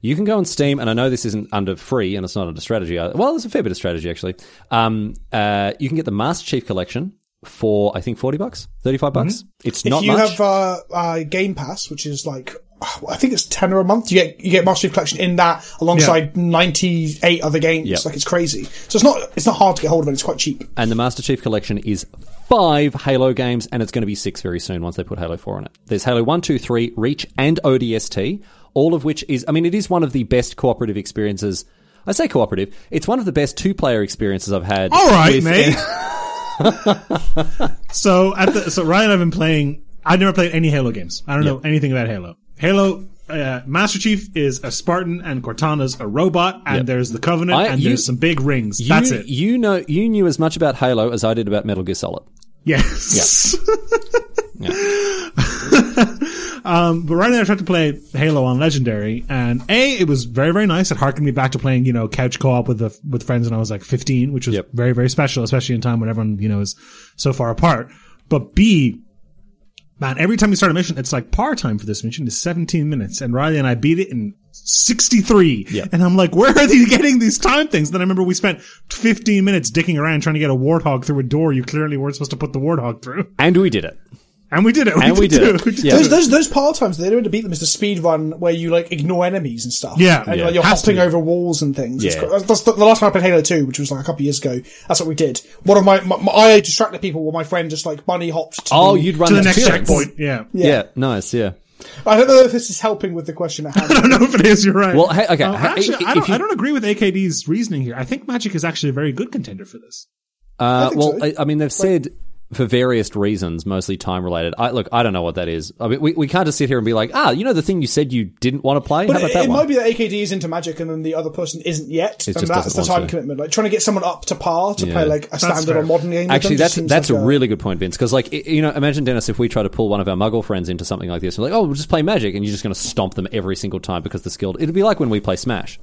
Speaker 1: You can go on Steam, and I know this isn't under free and it's not under strategy. either. Well, there's a fair bit of strategy, actually. Um, uh, you can get the Master Chief Collection for, I think, 40 bucks, 35 bucks. It's
Speaker 3: Mm-hmm. if
Speaker 1: not
Speaker 3: you
Speaker 1: much.
Speaker 3: have uh, uh, Game Pass, which is like I think it's ten or a month, you get you get Master Chief Collection in that alongside ninety eight other games.
Speaker 1: Yeah.
Speaker 3: Like it's crazy. So it's not it's not hard to get hold of it. It's quite cheap.
Speaker 1: and the Master Chief Collection is five Halo games, and it's going to be six very soon once they put Halo 4 on it. There's Halo 1, 2, 3, Reach, and ODST, all of which is, I mean, it is one of the best cooperative experiences. I say cooperative. It's one of the best two player experiences I've had.
Speaker 3: Oh,
Speaker 2: All right,
Speaker 1: with
Speaker 2: mate. so at the so Ryan, and I've been playing. I've never played any Halo games. I don't know anything about Halo. Halo. Uh, Master Chief is a Spartan, and Cortana's a robot, and there's the Covenant,
Speaker 1: I-
Speaker 2: and
Speaker 1: you-
Speaker 2: there's some big rings.
Speaker 1: You,
Speaker 2: That's it.
Speaker 1: You know, you knew as much about Halo as I did about Metal Gear Solid.
Speaker 2: Yes. um, but right now I tried to play Halo on Legendary, and a it was very very nice. It harkened me back to playing you know couch co op with the with friends when I was like fifteen, which was
Speaker 1: Yep.
Speaker 2: very very special, especially in time when everyone you know is so far apart. But b man, every time you start a mission, it's like par time for this mission is seventeen minutes, and Riley and I beat it in. 63.
Speaker 1: Yep.
Speaker 2: And I'm like, where are they getting these time things? Then I remember we spent 15 minutes dicking around trying to get a warthog through a door you clearly weren't supposed to put the warthog through.
Speaker 1: And we did it.
Speaker 2: And we did it. We
Speaker 1: And we did it. Yeah.
Speaker 3: Those, those, those part times, they don't to beat them is the speed run where you like ignore enemies and stuff.
Speaker 2: Yeah.
Speaker 3: And
Speaker 2: Yeah.
Speaker 3: Like, you're
Speaker 2: Has to
Speaker 3: hopping
Speaker 2: be.
Speaker 3: over walls and things. It's
Speaker 1: Yeah.
Speaker 3: cr- that's the, the last time I played Halo 2, which was like a couple of years ago, that's what we did. One of my, my, my I distracted people while my friend just like bunny hopped. To
Speaker 1: Oh,
Speaker 3: the-
Speaker 1: you'd run
Speaker 2: To the
Speaker 1: that
Speaker 2: next
Speaker 1: clearance.
Speaker 2: checkpoint. Yeah.
Speaker 1: Yeah. nice. Yeah.
Speaker 3: I don't know if this is helping with the question at hand.
Speaker 2: I don't know if it is. You're right.
Speaker 1: Well, hey, okay,
Speaker 2: Uh,
Speaker 1: hey,
Speaker 2: actually,
Speaker 1: if
Speaker 2: I don't,
Speaker 1: you-
Speaker 2: I don't agree with AKD's reasoning here. I think Magic is actually a very good contender for this.
Speaker 1: Uh,
Speaker 3: think
Speaker 1: well,
Speaker 3: so.
Speaker 1: I, I mean, they've said for various reasons, mostly time related. I look, I don't know what that is. I mean, we, we can't just sit here and be like, ah, you know, the thing you said you didn't want to play. How
Speaker 3: But
Speaker 1: about
Speaker 3: it,
Speaker 1: that
Speaker 3: it
Speaker 1: one?
Speaker 3: might be that AKD is into magic and then the other person isn't yet. and
Speaker 1: just
Speaker 3: that's
Speaker 1: doesn't want
Speaker 3: the
Speaker 1: to.
Speaker 3: time commitment. Like trying to get someone up to par to play like a standard
Speaker 2: fair.
Speaker 3: or modern game. with
Speaker 1: Actually,
Speaker 3: them
Speaker 1: that's
Speaker 3: just seems
Speaker 1: that's
Speaker 3: like
Speaker 1: a really good point, Vince. Because like i- you know, imagine Dennis if we try to pull one of our Muggle friends into something like this, we're like, oh, we'll just play Magic, and you're just going to stomp them every single time because they're skilled. It'd be like when we play Smash.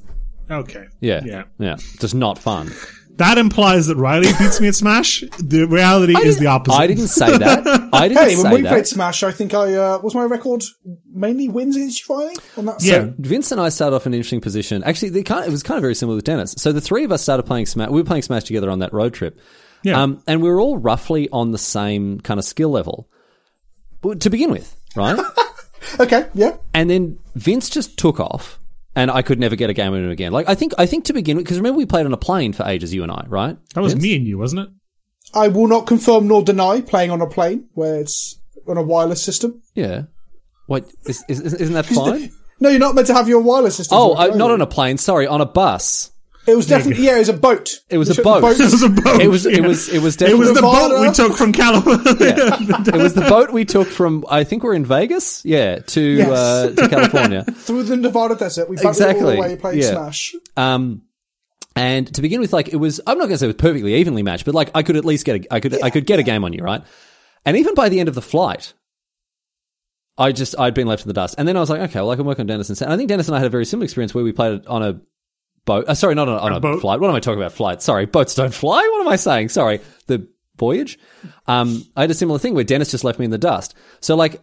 Speaker 2: Okay.
Speaker 1: Yeah,
Speaker 2: Yeah.
Speaker 1: yeah. Just not fun.
Speaker 2: That implies that Riley beats me at Smash. The reality is the opposite.
Speaker 1: I didn't say that. I didn't
Speaker 3: Hey,
Speaker 1: say
Speaker 3: when we
Speaker 1: that.
Speaker 3: played Smash, I think I uh, was my record mainly wins against you, Riley. On that
Speaker 2: Yeah.
Speaker 3: side?
Speaker 1: Vince and I started off in an interesting position. Actually, they kind of, it was kind of very similar with Dennis. So the three of us started playing Smash. We were playing Smash together on that road trip.
Speaker 2: Yeah.
Speaker 1: Um, and we were all roughly on the same kind of skill level But to begin with, right?
Speaker 3: Okay, yeah.
Speaker 1: and then Vince just took off, and I could never get a game with him again. Like I think, I think to begin with, because remember we played on a plane for ages, you and I, right?
Speaker 2: that was me and you, wasn't it?
Speaker 3: I will not confirm nor deny playing on a plane where it's on a wireless system.
Speaker 1: Yeah. What is, is, isn't that fine?
Speaker 3: No, you're not meant to have your wireless system.
Speaker 1: oh, I, not on a plane. Sorry, on a bus.
Speaker 3: It was definitely yeah. It was a boat.
Speaker 1: It was
Speaker 3: We
Speaker 1: a
Speaker 3: took the
Speaker 1: boat.
Speaker 2: It was a boat.
Speaker 1: It was,
Speaker 2: yeah.
Speaker 1: it was, it was
Speaker 2: It
Speaker 1: definitely
Speaker 2: was the
Speaker 3: Nevada.
Speaker 2: boat we took from California.
Speaker 1: it was the boat we took from I think we're in Vegas, yeah, to uh, to California.
Speaker 3: through the Nevada desert. We exactly. all
Speaker 1: Exactly,
Speaker 3: the way playing
Speaker 1: yeah.
Speaker 3: Smash.
Speaker 1: Um, and to begin with, like it was, I'm not going to say it was perfectly evenly matched, but like I could at least get, a, I could, I could get a game on you, right? And even by the end of the flight, I just I'd been left in the dust. And then I was like, okay, well I can work on Dennis and Sam. And I think Dennis and I had a very similar experience where we played it on a boat. Uh, sorry, not on, on a,
Speaker 2: boat.
Speaker 1: flight. What am I talking about? Flight. Sorry, boats don't fly. What am I saying? Sorry, the voyage. Um, I had a similar thing where Dennis just left me in the dust. So like.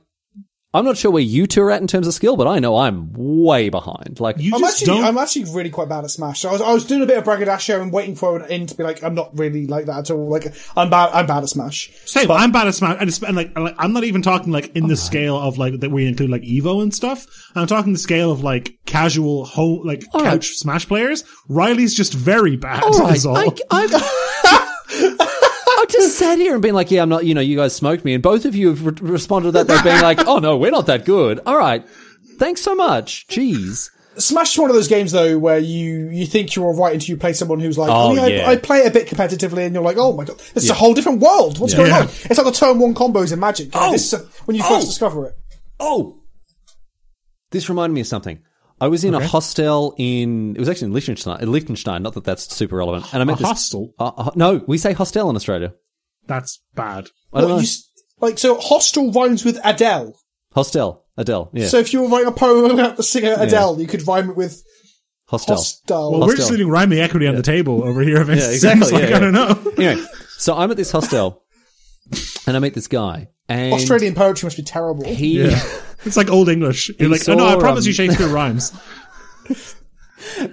Speaker 1: I'm not sure where you two are at in terms of skill, but I know I'm way behind. Like
Speaker 2: You
Speaker 3: I'm
Speaker 2: just
Speaker 3: actually,
Speaker 2: don't.
Speaker 3: I'm actually really quite bad at Smash. So I was, I was doing a bit of braggadocio and waiting for an end to be like, I'm not really like that at all. Like, I'm bad, I'm bad at Smash.
Speaker 2: Same. I'm bad at Smash, and, it's, and like, like, I'm not even talking like in the scale of like that we include like Evo and stuff. I'm talking the scale of like casual home, like couch
Speaker 1: right.
Speaker 2: Smash players. Riley's just very bad.
Speaker 1: All right,
Speaker 2: is all.
Speaker 1: I, I've, I've just sat here and been like, yeah, I'm not, you know, you guys smoked me. And both of you have re- responded to that by being like, oh, no, we're not that good. All right. Thanks so much. Jeez.
Speaker 3: Smash is one of those games though where you, you think you're alright until you play someone who's like,
Speaker 1: Oh,
Speaker 3: oh, yeah,
Speaker 1: yeah.
Speaker 3: I, I play it a bit competitively and you're like, oh my god, this is a whole different world. What's going
Speaker 2: Yeah.
Speaker 3: on? It's like the turn one combos in Magic.
Speaker 1: Oh.
Speaker 3: This is a- when you first
Speaker 1: Oh.
Speaker 3: discover it.
Speaker 1: Oh, this reminded me of something. I was in a hostel in, it was actually in Liechtenstein, uh, Liechtenstein, not that that's super relevant. And I meant
Speaker 2: A
Speaker 1: this.
Speaker 2: hostel?
Speaker 1: Uh, uh, no, we say hostel in Australia.
Speaker 2: That's bad.
Speaker 1: I don't
Speaker 3: What,
Speaker 1: know.
Speaker 3: you s- like, so Hostel rhymes with Adele.
Speaker 1: hostel, Adele. Yeah.
Speaker 3: So if you were writing a poem about the singer Adele, you could rhyme it with
Speaker 1: hostel.
Speaker 3: Hostel.
Speaker 2: Well, we're just leaving Riley equity on the table over here. Yeah,
Speaker 1: exactly,
Speaker 2: Like,
Speaker 1: yeah,
Speaker 2: I don't know.
Speaker 1: Anyway, so I'm at this hostel and I meet this guy. And
Speaker 3: Australian poetry must be terrible.
Speaker 1: He.
Speaker 2: It's like old English. You're like,
Speaker 1: saw,
Speaker 2: oh no, I promise
Speaker 1: um,
Speaker 2: you Shakespeare rhymes.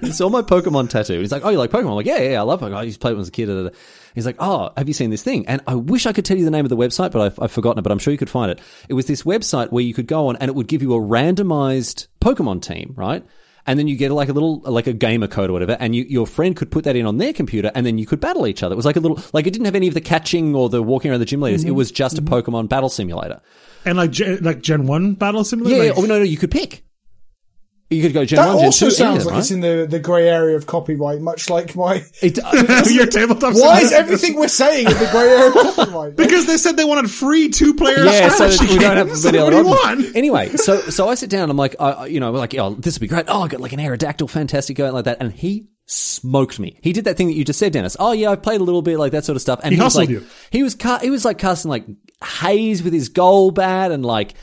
Speaker 1: He saw my Pokemon tattoo. And he's like, Oh, you like Pokemon? I'm like, Yeah, yeah, yeah, I love Pokemon. I used to play it when I was a kid. da, da, da." He's like, Oh, have you seen this thing? And I wish I could tell you the name of the website, but I've, I've forgotten it, but I'm sure you could find it. It was this website where you could go on and it would give you a randomized Pokemon team, right? And then you get like a little, like a gamer code or whatever, and you, your friend could put that in on their computer and then you could battle each other. It was like a little, like it didn't have any of the catching or the walking around the gym
Speaker 3: Mm-hmm.
Speaker 1: leaders. It was just a Pokemon battle simulator.
Speaker 2: And like, gen, like Gen One battle simulator.
Speaker 1: Yeah,
Speaker 2: like,
Speaker 1: yeah. Oh, no, no, you could pick. You could go Gen
Speaker 3: That
Speaker 1: 1, Gen 2.
Speaker 3: also
Speaker 1: any of
Speaker 3: sounds
Speaker 1: them,
Speaker 3: like
Speaker 1: right?
Speaker 3: it's in the, the grey area of copyright, much like my.
Speaker 1: It-
Speaker 2: your tabletop.
Speaker 3: Why
Speaker 2: simulator.
Speaker 3: is everything we're saying in the grey area of copyright?
Speaker 2: Because they said they wanted free two-player
Speaker 1: yeah, so
Speaker 2: strategy
Speaker 1: we don't have
Speaker 2: games.
Speaker 1: many
Speaker 2: What
Speaker 1: other
Speaker 2: do you
Speaker 1: options.
Speaker 2: want?
Speaker 1: Anyway, so so I sit down. I'm like, I, I- you know, like, oh, this would be great. Oh, I got like an Aerodactyl, fantastic, going like that. And he smoked me. He did that thing that you just said, Dennis. Oh yeah, I played a little bit, like that sort of stuff. And he, was
Speaker 2: hustled
Speaker 1: like,
Speaker 2: you.
Speaker 1: he was ca- he was like casting like haze with his goal bat and like.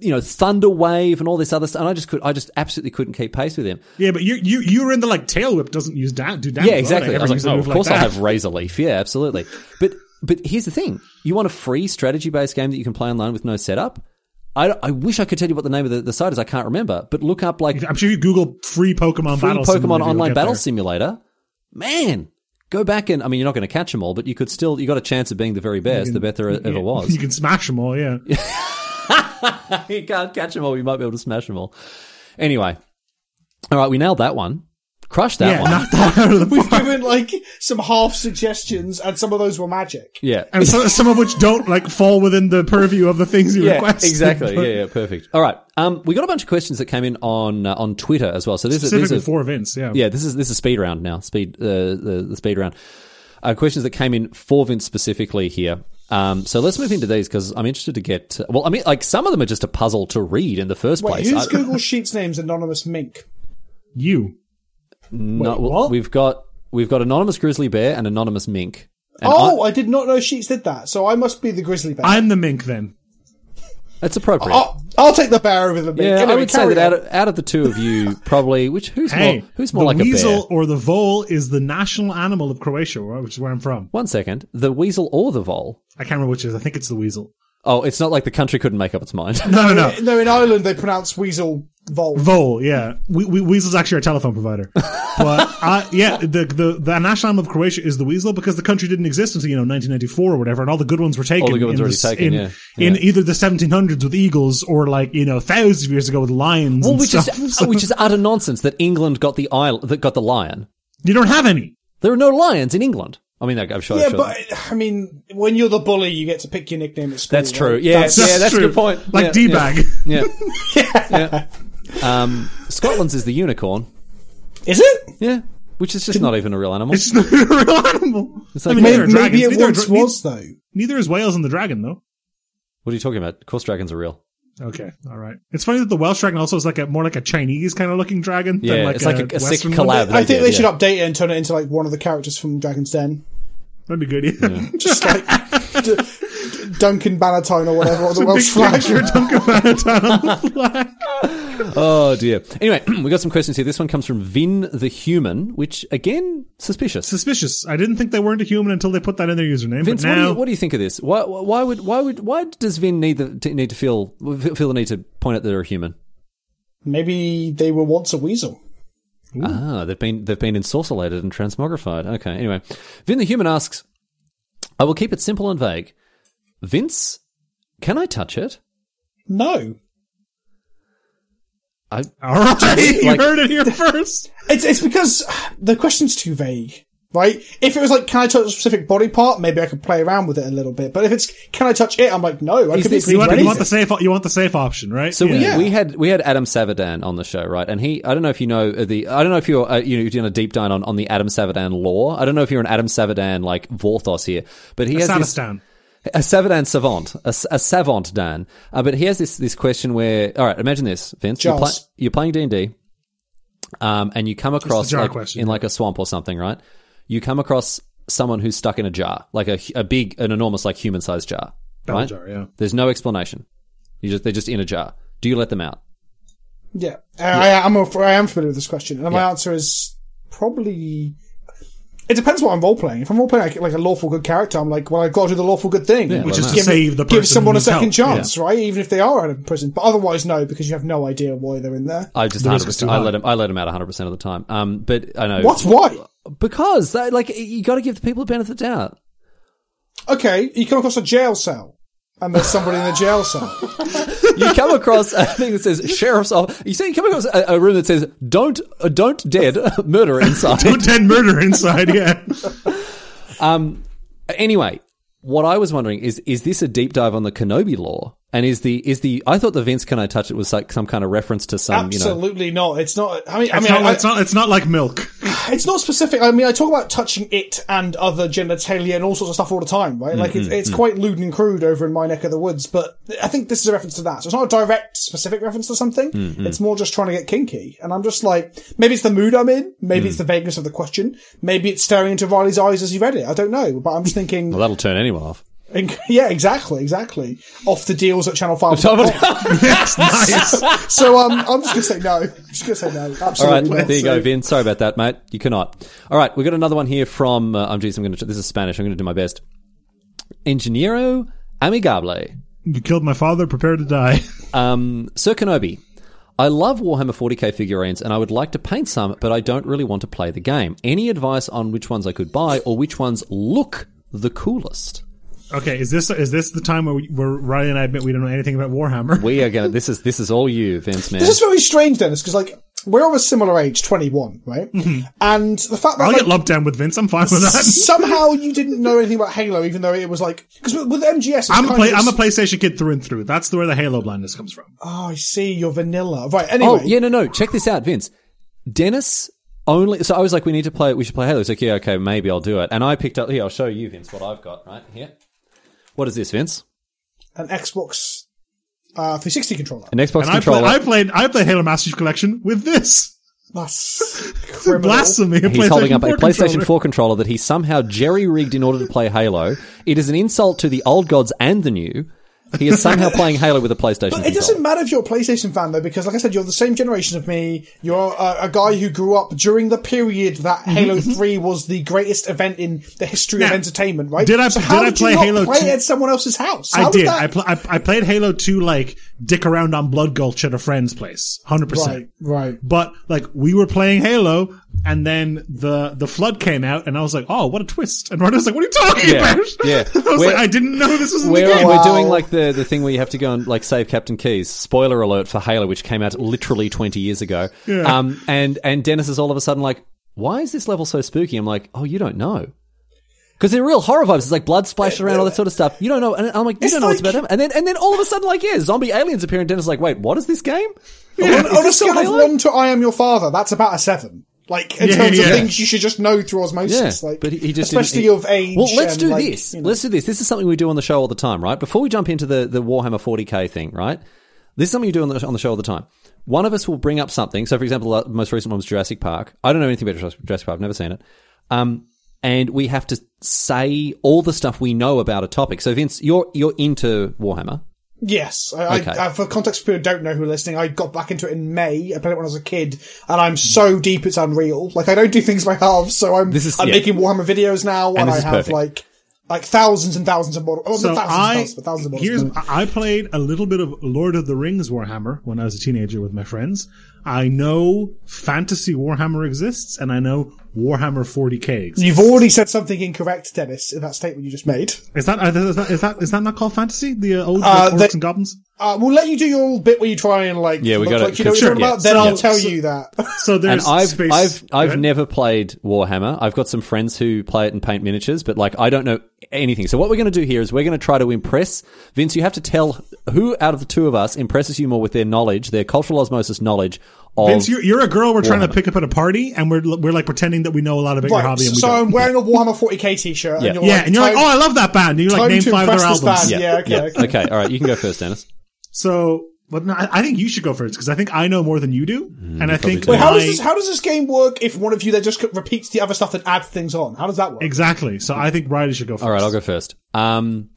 Speaker 1: You know, Thunder Wave and all this other stuff, and I just could, I just absolutely couldn't keep pace with him.
Speaker 2: Yeah, but you you you were in the like tail whip doesn't use down do down.
Speaker 1: Yeah, exactly. I was like, oh, of course I'll have Razor Leaf. Yeah, absolutely. But but here's the thing: you want a free strategy based game that you can play online with no setup. I, I wish I could tell you what the name of the, the site is. I can't remember. But look up like
Speaker 2: I'm sure you Google free Pokemon
Speaker 1: free
Speaker 2: battle
Speaker 1: Pokemon
Speaker 2: simulator, you'll
Speaker 1: online
Speaker 2: get
Speaker 1: battle
Speaker 2: there.
Speaker 1: simulator. Man, Go back and I mean, you're not going to catch them all, but you could still you got a chance of being the very best, the best there ever was.
Speaker 2: You can smash them all, yeah.
Speaker 1: you can't catch them all. You might be able to smash them all. Anyway, all right, we nailed that one. Crushed that
Speaker 2: Yeah,
Speaker 1: one.
Speaker 2: knock that out of the
Speaker 3: We've
Speaker 2: park.
Speaker 3: given like some half suggestions, and some of those were magic.
Speaker 1: yeah.
Speaker 2: And some, some of which don't like fall within the purview of the things you
Speaker 1: yeah,
Speaker 2: request.
Speaker 1: exactly. Yeah, yeah, perfect. All right, um, we got a bunch of questions that came in on uh, on Twitter as well. So this is these
Speaker 2: Specifically
Speaker 1: are,
Speaker 2: for Vince, yeah.
Speaker 1: yeah, this is this is speed round now. Speed uh, the, the speed round. Uh, questions that came in for Vince specifically here. Um, so let's move into these because I'm interested to get. Well, I mean, like some of them are just a puzzle to read in the first
Speaker 3: Wait,
Speaker 1: place.
Speaker 3: who's
Speaker 1: I-
Speaker 3: Google Sheets name's anonymous mink?
Speaker 2: You.
Speaker 1: no, well,
Speaker 3: what?
Speaker 1: We've got we've got anonymous grizzly bear and anonymous mink. And
Speaker 3: oh, I, did not know Sheets did that, so I must be the grizzly bear.
Speaker 2: I'm the mink then.
Speaker 1: that's appropriate.
Speaker 3: I'll, I'll take the bear over the mink.
Speaker 1: yeah, I
Speaker 3: Oh, Anyway,
Speaker 1: would say
Speaker 3: carry
Speaker 1: that out
Speaker 3: on.
Speaker 1: of, out of the two of you, probably which who's
Speaker 2: Hey,
Speaker 1: more who's more
Speaker 2: the
Speaker 1: like
Speaker 2: weasel
Speaker 1: a bear?
Speaker 2: or the vole is the national animal of Croatia, which is where I'm from.
Speaker 1: One second, the weasel or the vole?
Speaker 2: I can't remember which it is. I think it's the weasel.
Speaker 1: Oh, it's not like the country couldn't make up its mind.
Speaker 2: No, no, no.
Speaker 3: no, in Ireland they pronounce weasel vol.
Speaker 2: Vole, yeah. We, we, weasel's actually our telephone provider. But uh, yeah, the, the the national anthem of Croatia is the weasel because the country didn't exist until you know 1994 or whatever, and all the good ones were taken.
Speaker 1: All the good ones
Speaker 2: in
Speaker 1: were
Speaker 2: the s-
Speaker 1: taken,
Speaker 2: in,
Speaker 1: yeah.
Speaker 2: in
Speaker 1: Yeah.
Speaker 2: either the 1700s with eagles or like you know thousands of years ago with lions.
Speaker 1: Well, uh,
Speaker 2: and
Speaker 1: which
Speaker 2: stuff.
Speaker 1: is
Speaker 2: So
Speaker 1: which is utter nonsense that England got the isle that got the lion.
Speaker 2: you don't have any.
Speaker 1: There are no lions in England. I mean, I'm sure.
Speaker 3: Yeah,
Speaker 1: sure.
Speaker 3: but I mean, when you're the bully, you get to pick your nickname at school.
Speaker 1: that's true.
Speaker 3: right?
Speaker 1: Yeah,
Speaker 3: That's-
Speaker 1: yeah, that's a
Speaker 2: true.
Speaker 1: good point.
Speaker 2: Like
Speaker 1: yeah,
Speaker 2: D-bag.
Speaker 1: Yeah. yeah. yeah. Um, Scotland's is the unicorn.
Speaker 3: Is it?
Speaker 1: Yeah. Which is just not even a real animal.
Speaker 2: It's not a real animal.
Speaker 1: like-
Speaker 2: I
Speaker 1: Maybe-
Speaker 2: mean, neither are
Speaker 3: Maybe,
Speaker 2: dragons.
Speaker 3: it
Speaker 2: Neither are,
Speaker 3: once
Speaker 2: dra-
Speaker 3: was though.
Speaker 2: neither is Wales and the dragon though.
Speaker 1: What are you talking about? Of course, dragons are real.
Speaker 2: Okay, all right. It's funny that the Welsh dragon also is like a more like a Chinese kind of looking dragon.
Speaker 1: Yeah,
Speaker 2: than like
Speaker 1: it's
Speaker 2: a
Speaker 1: like a, a sick
Speaker 2: Western
Speaker 1: collab.
Speaker 2: One.
Speaker 1: they
Speaker 3: I think
Speaker 1: did,
Speaker 3: they
Speaker 1: yeah.
Speaker 3: should update it and turn it into like one of the characters from Dragon's Den,
Speaker 2: That'd be good. Yeah.
Speaker 3: just like D- Duncan Bannatyne or whatever, or the Welsh
Speaker 2: Big
Speaker 3: flag.
Speaker 2: picture, Duncan Valentine on the flag.
Speaker 1: Oh dear. Anyway, we got some questions here. This one comes from Vin the human, which again suspicious.
Speaker 2: Suspicious. I didn't think they weren't a human until they put that in their username.
Speaker 1: Vince,
Speaker 2: but
Speaker 1: what, do
Speaker 2: now,
Speaker 1: you, what do you think of this? Why, why would why would why does Vin need the to, need to feel feel the need to point out that they're a human?
Speaker 3: Maybe they were once a weasel.
Speaker 1: Ah, they've been they've been ensorcellated and transmogrified. Okay, anyway, Vin the human asks, "I will keep it simple and vague. Vince, can I touch it?
Speaker 3: No,
Speaker 1: I
Speaker 2: all right, you
Speaker 1: Like-
Speaker 2: heard it here first.
Speaker 3: it's it's because the question's too vague, right? If it was like, can I touch a specific body part? Maybe I could play around with it a little bit. But if it's, can I touch it? I'm like, no, I
Speaker 1: Is
Speaker 3: could
Speaker 1: this-
Speaker 3: be
Speaker 2: You want, you
Speaker 3: anything.
Speaker 2: want the safe. You want the safe option, right?
Speaker 1: so we,
Speaker 2: yeah.
Speaker 1: we had we had Adam Savadan on the show, right? And he I don't know if you know the I don't know if you're uh, you know you're doing a deep dive on, on the Adam Savadan lore. I don't know if you're an Adam Savadan like Vorthos here, but he has this,
Speaker 2: Sadistan.
Speaker 1: a Savadan savant, a, a savant Dan. Uh, but he has this this question where, all right, imagine this, Vince, you're,
Speaker 3: Jars.
Speaker 1: you're playing D and D, um, and you come across
Speaker 2: jar
Speaker 1: like,
Speaker 2: question,
Speaker 1: in like a swamp or something, right? You come across someone who's stuck in a jar, like a, a big, an enormous, like human sized jar,
Speaker 2: Battle
Speaker 1: right?
Speaker 2: jar, yeah.
Speaker 1: There's no explanation. You just they're just in a jar. Do you let them out?
Speaker 3: Yeah, Uh, I, I, I'm a, I am familiar with this question, and my answer is probably. It depends what I'm role playing. If I'm role playing like, like a lawful good character, I'm like, well, I've got to do the lawful good thing,
Speaker 1: Which
Speaker 2: is to
Speaker 3: give,
Speaker 2: save the person
Speaker 3: give someone
Speaker 2: who
Speaker 3: a second
Speaker 2: needs help.
Speaker 3: chance, right? Even if they are out of prison, but otherwise, no, because you have no idea why they're in there.
Speaker 1: I just
Speaker 2: The
Speaker 1: 100
Speaker 2: risk is too
Speaker 1: percent. I
Speaker 2: high.
Speaker 1: let him. I let him out 100 percent of the time. Um, but I know
Speaker 3: What? Why?
Speaker 1: because they, like you got to give the people the benefit of the doubt.
Speaker 3: Okay, you come across a jail cell, and there's somebody in the jail cell.
Speaker 1: you come across a thing that says sheriff's office. You see, you come across a, a room that says don't uh, don't dead murder inside.
Speaker 2: Pretend murder inside. Yeah.
Speaker 1: anyway, what I was wondering is is this a deep dive on the Kenobi lore? And is the is the I thought the Vince can I touch it was like some kind of reference to some you know
Speaker 3: Absolutely not. It's not. I mean, I
Speaker 2: It's,
Speaker 3: mean,
Speaker 2: not,
Speaker 3: I,
Speaker 2: it's not. It's not like milk.
Speaker 3: it's not specific. I mean, I talk about touching it and other genitalia and all sorts of stuff all the time, right? Like,
Speaker 1: Mm-hmm,
Speaker 3: it's, it's quite lewd and crude over in my neck of the woods, but I think this is a reference to that. So it's not a direct, specific reference to something.
Speaker 1: Mm-hmm.
Speaker 3: It's more just trying to get kinky. And I'm just like, maybe it's the mood I'm in. Maybe
Speaker 1: Mm.
Speaker 3: it's the vagueness of the question. Maybe it's staring into Riley's eyes as he read it. I don't know, but I'm just thinking,
Speaker 1: well, that'll turn anyone off.
Speaker 3: yeah, exactly, exactly. Off the deals at Channel 5.
Speaker 2: Yes, nice.
Speaker 3: so, um, I'm just gonna say no. I'm just gonna say no. Absolutely
Speaker 1: All right,
Speaker 3: not.
Speaker 1: there you
Speaker 3: So-
Speaker 1: go, Vin. Sorry about that, mate. You cannot. All right, we got another one here from. Uh, I'm geez, I'm going to. This is Spanish. I'm going to do my best. Ingeniero amigable.
Speaker 2: You killed my father. Prepare to die.
Speaker 1: Um, Sir Kenobi, I love Warhammer 40k figurines and I would like to paint some, but I don't really want to play the game. Any advice on which ones I could buy or which ones look the coolest?
Speaker 2: Okay, is this is this the time where, we, where Riley and I admit we don't know anything about Warhammer?
Speaker 1: We are gonna. This is this is all you, Vince man.
Speaker 3: This is very strange, Dennis, because like we're of a similar age, twenty-one, right? And the fact that
Speaker 2: I'll Mm-hmm.
Speaker 3: like,
Speaker 2: get lumped down with Vince. I'm fine with that.
Speaker 3: somehow you didn't know anything about Halo, even though it was like because with, with MGS, it's
Speaker 2: I'm a
Speaker 3: kind
Speaker 2: play,
Speaker 3: of
Speaker 2: I'm a
Speaker 3: this-
Speaker 2: PlayStation kid through and through. That's the where the Halo blindness comes from.
Speaker 3: Oh, I see. You're vanilla, right? Anyway,
Speaker 1: Oh yeah, no, no. Check this out, Vince. Dennis only. So I was like, we need to play. We should play Halo. He's like, yeah, okay, maybe I'll do it. And I picked up. Here, I'll show you, Vince, what I've got right here. What is this, Vince?
Speaker 3: an Xbox uh, 360 controller.
Speaker 1: An Xbox
Speaker 2: And I, play,
Speaker 1: controller.
Speaker 2: I played I played Halo Master Chief Collection with this.
Speaker 3: That's
Speaker 2: It's a
Speaker 3: criminal.
Speaker 2: blasphemy. a
Speaker 1: He's holding up a
Speaker 2: 4
Speaker 1: PlayStation
Speaker 2: controller.
Speaker 1: 4 controller that he somehow jerry rigged in order to play Halo. It is an insult to the old gods and the new. He is somehow playing Halo with a PlayStation
Speaker 3: It doesn't
Speaker 1: controller.
Speaker 3: matter if you're a PlayStation fan though, because like I said, you're the same generation of me. You're a, a guy who grew up during the period that Halo Three was the greatest event in the history of
Speaker 2: Now,
Speaker 3: entertainment, right?
Speaker 2: did I-
Speaker 3: So how
Speaker 2: did I
Speaker 3: you
Speaker 2: play
Speaker 3: not
Speaker 2: Halo
Speaker 3: play
Speaker 2: 2?
Speaker 3: at someone else's house? How
Speaker 2: I
Speaker 3: was
Speaker 2: did.
Speaker 3: that-
Speaker 2: I, pl- I I played Halo 2 like dick around on Blood Gulch at a friend's place. 100%.
Speaker 3: Right, right.
Speaker 2: But like we were playing Halo and then the the flood came out and I was like, "Oh, what a twist." And Ronnie was like, "What are you talking
Speaker 1: Yeah,
Speaker 2: about?"
Speaker 1: yeah.
Speaker 2: I was
Speaker 1: Where-
Speaker 2: like, "I didn't know this was in the
Speaker 1: We're,
Speaker 2: game."
Speaker 1: we're
Speaker 3: Wow.
Speaker 1: doing like the, the thing where you have to go and like save Captain Keys. Spoiler alert for Halo, which came out literally 20 years ago. Um, and, and Dennis is all of a sudden like, why is this level so spooky? I'm like, oh, you don't know. Because they're real horror vibes. It's like blood splashed around, all that sort of stuff. You don't know. And I'm like, you
Speaker 3: It's
Speaker 1: don't know what's
Speaker 3: like-
Speaker 1: about him. And then, and then all of a sudden, like, yeah, zombie aliens appear, and Dennis is like, wait, what is this game?
Speaker 3: on, on a
Speaker 1: this still
Speaker 3: scale of
Speaker 1: Halo?
Speaker 3: one to I am your father, that's about a seven. Like in
Speaker 2: Yeah,
Speaker 3: terms
Speaker 2: yeah.
Speaker 3: of things you should just know through
Speaker 1: Yeah,
Speaker 3: osmosis. like
Speaker 1: but he, he just didn't-
Speaker 3: especially
Speaker 1: he-
Speaker 3: of age.
Speaker 1: Well, let's
Speaker 3: and,
Speaker 1: do
Speaker 3: like,
Speaker 1: this.
Speaker 3: you know.
Speaker 1: Let's do this. This is something we do on the show all the time, right? Before we jump into the the Warhammer 40k thing, right? This is something you do on the on the show all the time. One of us will bring up something. So, for example, the most recent one was Jurassic Park. I don't know anything about Jurassic Jurassic Park. I've never seen it. Um, and we have to say all the stuff we know about a topic. So, Vince, you're you're into Warhammer.
Speaker 3: Yes, I,
Speaker 1: Okay.
Speaker 3: I, I, for context, for people who don't know who are listening, I got back into it in May. I played it when I was a kid, and I'm so deep it's unreal. Like I don't do things by halves, so I'm
Speaker 1: This is-
Speaker 3: I'm
Speaker 1: yeah.
Speaker 3: making Warhammer videos now, and,
Speaker 1: this
Speaker 3: I
Speaker 1: is
Speaker 3: have
Speaker 1: perfect.
Speaker 3: like like thousands and thousands of models. Oh,
Speaker 2: So
Speaker 3: not thousands,
Speaker 2: I
Speaker 3: thousands, but thousands of models.
Speaker 2: here's I I played a little bit of Lord of the Rings Warhammer when I was a teenager with my friends. I know fantasy Warhammer exists and I know Warhammer 40k exists.
Speaker 3: You've already said something incorrect, Dennis, in that statement you just made.
Speaker 2: Is that, uh, is that is that is that not called fantasy? The uh, old
Speaker 3: Uh,
Speaker 2: like, orcs
Speaker 3: that-
Speaker 2: and goblins.
Speaker 3: Uh, we'll let you do your little bit where you try and like
Speaker 1: Yeah, we
Speaker 3: look
Speaker 1: gotta-
Speaker 3: like you know what
Speaker 1: sure,
Speaker 3: you're talking
Speaker 1: yeah.
Speaker 3: about. Then
Speaker 1: So-
Speaker 3: I'll tell
Speaker 2: so-
Speaker 3: you that.
Speaker 2: So
Speaker 1: And
Speaker 2: there's
Speaker 1: I've
Speaker 2: space.
Speaker 1: I've
Speaker 2: Go
Speaker 1: I've
Speaker 2: ahead.
Speaker 1: never played Warhammer. I've got some friends who play it and paint miniatures, but like I don't know anything. So what we're going to do here is we're going to try to impress Vince. You have to tell who out of the two of us impresses you more with their knowledge, their cultural osmosis knowledge of.
Speaker 2: Vince, you're, you're a girl we're trying to pick up at a party, and we're we're like pretending that we know a lot about your hobby, and we
Speaker 3: so
Speaker 2: don't.
Speaker 3: I'm wearing a Warhammer 40k t-shirt.
Speaker 1: Yeah.
Speaker 3: and you're
Speaker 2: yeah,
Speaker 3: like,
Speaker 2: and you're like,
Speaker 3: time-
Speaker 2: oh, I love that band. And you like
Speaker 3: time
Speaker 2: name
Speaker 3: to
Speaker 2: five of their
Speaker 3: impress this
Speaker 2: albums.
Speaker 3: band. Yeah, okay, okay.
Speaker 1: All right. You can go first, Dennis.
Speaker 2: So, but no, I, I think you should go first because I think I know more than you do, and I think
Speaker 1: Mm, do. Wait,
Speaker 3: How
Speaker 2: my-
Speaker 3: does this how does this game work if one of you then just repeats the other stuff and adds things on? How does that work?
Speaker 2: exactly. So I think Riley should go first.
Speaker 1: All right, I'll go first. Um,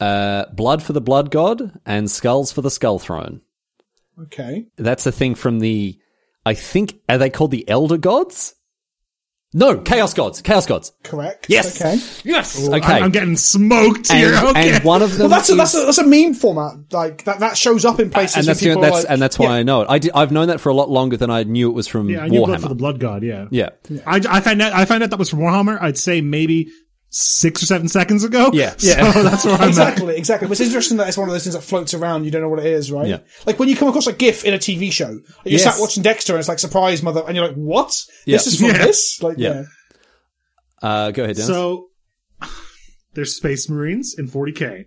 Speaker 1: uh, blood for the blood god and skulls for the skull throne.
Speaker 3: Okay.
Speaker 1: That's a thing from the. I think are they called the elder gods? No, chaos gods. Chaos gods.
Speaker 3: Correct.
Speaker 1: Yes.
Speaker 3: Okay.
Speaker 1: Yes.
Speaker 2: I'm-
Speaker 1: Okay.
Speaker 2: I'm, getting smoked
Speaker 1: and,
Speaker 2: here. Okay,
Speaker 1: and one of them
Speaker 3: Well, that's a,
Speaker 1: is-
Speaker 3: that's a, that's a meme format. Like that that shows up in places.
Speaker 1: and
Speaker 3: where
Speaker 1: that's, the,
Speaker 3: people are
Speaker 1: that's
Speaker 3: like,
Speaker 1: and that's why I know it. I did, I've known that for a lot longer than I knew it was from
Speaker 2: yeah, I knew Blood for the
Speaker 1: Warhammer.
Speaker 2: Blood God. Yeah,
Speaker 1: Yeah.
Speaker 2: I, I found out I found out that was from Warhammer. I'd say maybe six or seven seconds ago.
Speaker 1: Yeah.
Speaker 2: so
Speaker 1: Yeah.
Speaker 2: oh, that's where I'm at.
Speaker 3: Exactly, exactly. But it's interesting that it's one of those things that floats around. You don't know what it is, right?
Speaker 1: Yeah.
Speaker 3: Like when you come across a GIF in a TV show, and you
Speaker 1: Yes.
Speaker 3: sat watching Dexter, and it's like surprise, mother, and you're like, "What?
Speaker 1: Yeah.
Speaker 3: This is from
Speaker 2: Yeah.
Speaker 3: this?" Like,
Speaker 1: Yeah.
Speaker 3: yeah.
Speaker 1: Uh, go ahead, Dennis.
Speaker 2: So there's Space Marines in 40k,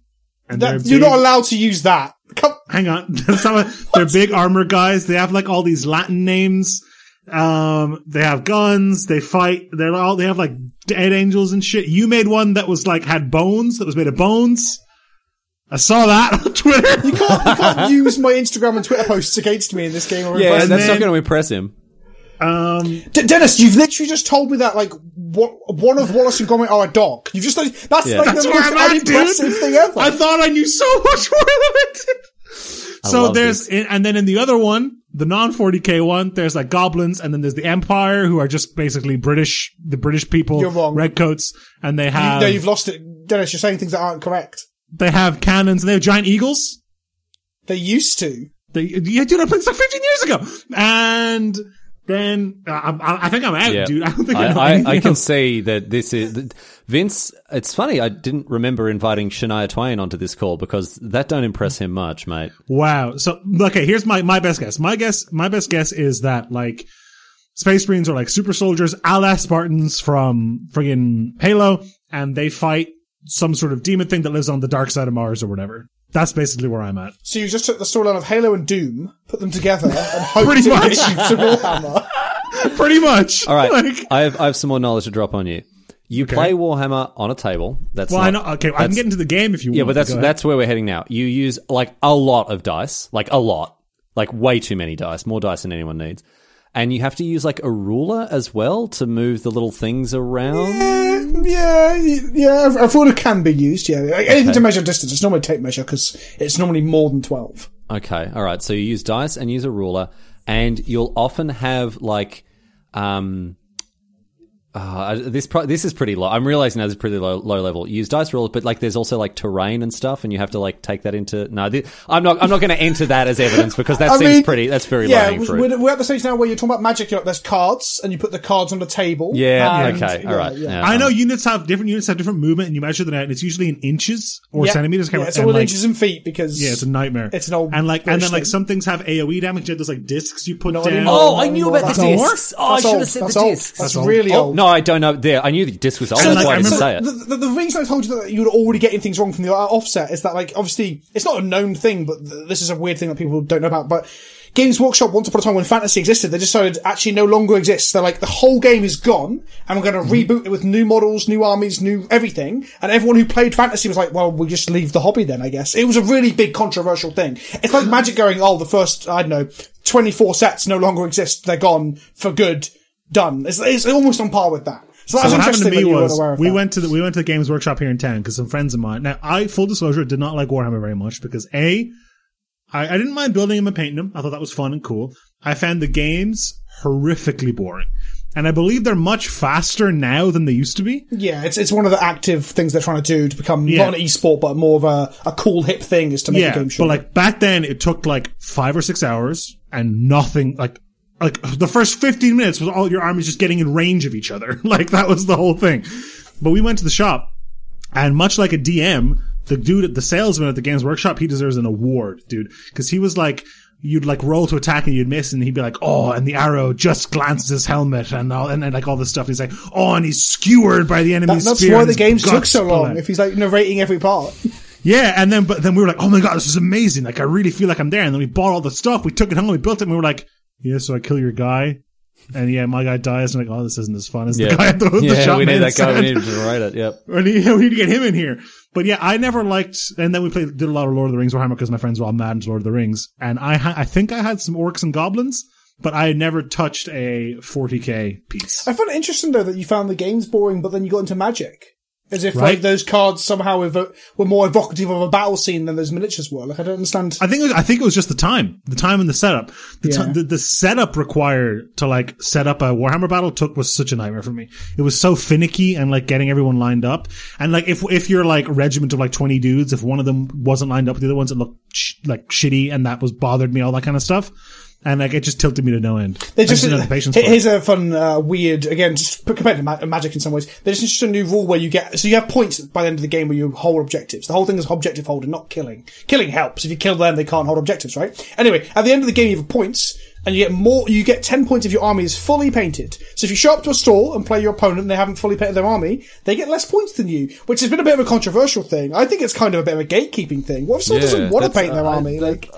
Speaker 2: and
Speaker 3: That-
Speaker 2: they're
Speaker 3: you're
Speaker 2: big-
Speaker 3: not allowed to use that. Come,
Speaker 2: Hang on, That's not what- they're big armor guys. They have like all these Latin names. Um, they have guns. They fight. They're all they have like dead angels and shit. You made one that was like had bones that was made of bones. I saw that on Twitter.
Speaker 3: you can't, you can't use my Instagram and Twitter posts against me in this game. Or
Speaker 1: yeah,
Speaker 3: impress
Speaker 1: that's
Speaker 2: and
Speaker 1: not
Speaker 2: then-
Speaker 1: going to impress him.
Speaker 2: Um,
Speaker 3: D- Dennis, you've literally just told me that like wa- one of Wallace and Gromit are a dog. You've just that's like
Speaker 2: That's
Speaker 3: the
Speaker 2: where
Speaker 3: most
Speaker 2: I'm at,
Speaker 3: unimpressive
Speaker 2: dude.
Speaker 3: thing ever.
Speaker 2: I thought I knew so much more than I did. So
Speaker 1: love
Speaker 2: there's, and then in the other one, the non 40k one, there's like goblins, and then there's the Empire, who are just basically British, the British people,
Speaker 3: You're wrong.
Speaker 2: redcoats, and they
Speaker 1: Um,
Speaker 2: have
Speaker 3: no, you've lost it, Dennis. You're saying things that aren't correct.
Speaker 2: they have cannons, and they have giant eagles.
Speaker 3: They used to.
Speaker 2: They, yeah, dude, I played this like 15 years ago. And then uh, I, I- I think I'm out,
Speaker 1: Yeah.
Speaker 2: dude. I don't think I, know
Speaker 1: I, I,
Speaker 2: anything
Speaker 1: I can
Speaker 2: else.
Speaker 1: see that this is that Vince. It's funny. I didn't remember inviting Shania Twain onto this call because that don't impress him much, mate.
Speaker 2: Wow. So okay, here's my my best guess. My guess my best guess is that like Space Marines are like super soldiers, a la Spartans from friggin' Halo, and they fight some sort of demon thing that lives on the dark side of Mars or whatever. That's basically where I'm at.
Speaker 3: So you just took the storyline of Halo and Doom, put them together, and hoped
Speaker 2: Pretty
Speaker 3: it
Speaker 2: much.
Speaker 3: gets you to Warhammer.
Speaker 2: Pretty much.
Speaker 1: All right,
Speaker 2: Like,
Speaker 1: I have I have some more knowledge to drop on you. You play Warhammer on a table. That's
Speaker 2: well,
Speaker 1: not-
Speaker 2: I know. Okay, I can
Speaker 1: that's-
Speaker 2: get into the game if you want.
Speaker 1: Yeah, but that's
Speaker 2: Go ahead.
Speaker 1: that's where we're heading now. You use like a lot of dice, like a lot, like way too many dice, more dice than anyone needs, and you have to use like a ruler as well to move the little things around.
Speaker 3: yeah, y- yeah. A ruler can be used. Yeah, Like, anything to measure distance. It's normally tape measure because it's normally more than twelve.
Speaker 1: Okay, all right. So you use dice and use a ruler, and you'll often have like, um, uh, this pro- this is pretty low. I'm realizing now this is pretty low, low level. You use dice rules, but like there's also like terrain and stuff, and you have to like take that into. No, thi- I'm not. I'm not going to enter that as evidence because that
Speaker 3: I
Speaker 1: seems
Speaker 3: mean,
Speaker 1: pretty. That's very low
Speaker 3: yeah,
Speaker 1: hanging fruit.
Speaker 3: we're, we're at the stage now where you're talking about magic. You're like, there's cards, and you put the cards on the table.
Speaker 1: Yeah.
Speaker 3: and-
Speaker 1: okay. All
Speaker 3: Um, yeah,
Speaker 1: right.
Speaker 3: yeah.
Speaker 1: yeah.
Speaker 2: I know units have different units have different movement, and you measure them out, and it's usually in inches or
Speaker 3: Yeah,
Speaker 2: centimeters.
Speaker 3: Yeah,
Speaker 2: kind of-
Speaker 3: it's
Speaker 2: and,
Speaker 3: all in
Speaker 2: like,
Speaker 3: inches and feet because
Speaker 2: Yeah, it's a nightmare.
Speaker 3: It's an old
Speaker 2: and like and
Speaker 3: British
Speaker 2: then like
Speaker 3: thing.
Speaker 2: some things have AOE damage. There's like discs you put
Speaker 3: Not
Speaker 2: down.
Speaker 3: anymore.
Speaker 1: Oh, I knew about
Speaker 3: That's
Speaker 1: the
Speaker 3: old.
Speaker 1: discs. Oh, I
Speaker 3: That's
Speaker 1: should
Speaker 3: old.
Speaker 1: have said
Speaker 3: That's
Speaker 1: the
Speaker 3: old.
Speaker 1: discs.
Speaker 3: That's
Speaker 2: old.
Speaker 3: really
Speaker 1: Oh,
Speaker 3: old.
Speaker 1: no, I don't know. There, I knew the disc was old.
Speaker 2: So,
Speaker 1: That's
Speaker 2: like,
Speaker 1: why I
Speaker 2: I
Speaker 1: didn't
Speaker 2: remember-
Speaker 1: say it.
Speaker 3: The, the, the reason I told you that you would already getting things wrong from the offset is that, like, obviously, it's not a known thing, but th- this is a weird thing that people don't know about. But Games Workshop, once upon a time when fantasy existed, they decided it actually no longer exists. They're like, the whole game is gone, and we're
Speaker 1: Mm-hmm.
Speaker 3: going to reboot it with new models, new armies, new everything. And everyone who played fantasy was like, well, we'll just leave the hobby then, I guess. It was a really big controversial thing. It's like Magic going, oh, the first, I don't know, 24 sets no longer exist. They're gone for good. Done. It's, it's almost on par with that. So that's
Speaker 2: So what happened to
Speaker 3: interesting
Speaker 2: me
Speaker 3: that you weren't
Speaker 2: was
Speaker 3: aware of
Speaker 2: we
Speaker 3: that.
Speaker 2: went to the we went to the Games Workshop here in town because some friends of mine. Now I full disclosure did not like Warhammer very much because a I, I didn't mind building them and painting them. I thought that was fun and cool. I found the games horrifically boring, and I believe they're much faster now than they used to be.
Speaker 3: Yeah, it's it's one of the active things they're trying to do to become
Speaker 2: Yeah.
Speaker 3: not an esport, but more of a, a cool hip thing is to make a
Speaker 2: yeah,
Speaker 3: game short.
Speaker 2: but like back then it took like five or six hours and nothing like. Like the first 15 minutes was all your armies just getting in range of each other. Like that was the whole thing. But we went to the shop And much like a DM, the dude at the salesman at the Games Workshop, he deserves an award, dude. Cause he was like, you'd like roll to attack and you'd miss and he'd be like, oh, and the arrow just glances his helmet and all, and, then like all this stuff. He's like, oh, and he's skewered by the enemy's
Speaker 3: that's
Speaker 2: spear
Speaker 3: why
Speaker 2: and
Speaker 3: the
Speaker 2: his
Speaker 3: games took
Speaker 2: guts
Speaker 3: so
Speaker 2: spill
Speaker 3: long.
Speaker 2: out."
Speaker 3: If he's like narrating every part,
Speaker 2: Yeah, and then but then we were like, oh my god, this is amazing! Like I really feel like I'm there. And then we bought all the stuff, we took it home, we built it, and we were like, yeah, so I kill your guy, and yeah, my guy dies, and like, oh, this isn't as fun as the guy at the, the
Speaker 1: yeah,
Speaker 2: shop.
Speaker 1: we need that guy. We
Speaker 2: said.
Speaker 1: need to write it. Yep.
Speaker 2: We need, we need to get him in here. But yeah, I never liked. And then we played did a lot of Lord of the Rings Warhammer because my friends were all mad into Lord of the Rings, and I ha- I think I had some orcs and goblins, but I had never touched a 40k piece.
Speaker 3: I found it interesting though that you found the games boring, but then you got into Magic, as if
Speaker 2: Right.
Speaker 3: like those cards somehow evo- were more evocative of a battle scene than those miniatures were. Like I don't understand.
Speaker 2: I think it was, I think it was just the time, the time and the setup. The, ti-
Speaker 3: Yeah.
Speaker 2: the the setup required to like set up a Warhammer battle took was such a nightmare for me. It was so finicky and like getting everyone lined up. And like if if you're like regiment of like twenty dudes, if one of them wasn't lined up with the other ones, it looked sh- like shitty, and that was bothered me, all that kind of stuff. And like it just tilted me to no end.
Speaker 3: They
Speaker 2: I
Speaker 3: just,
Speaker 2: didn't have the patience
Speaker 3: here-
Speaker 2: for it.
Speaker 3: here's a fun, uh, weird again, just compared to ma- magic in some ways. They just introduced a new rule where you get so you have points by the end of the game where you hold objectives. The whole thing is objective holding, not killing. Killing helps. If you kill them, they can't hold objectives, right? Anyway, at the end of the game, you have points. And you get more, you get 10 points if your army is fully painted. So if you show up to a stall and play your opponent and they haven't fully painted their army, they get less points than you, which has been a bit of a controversial thing. I think it's kind of a bit of a gatekeeping thing. What if someone doesn't want to paint their army? like,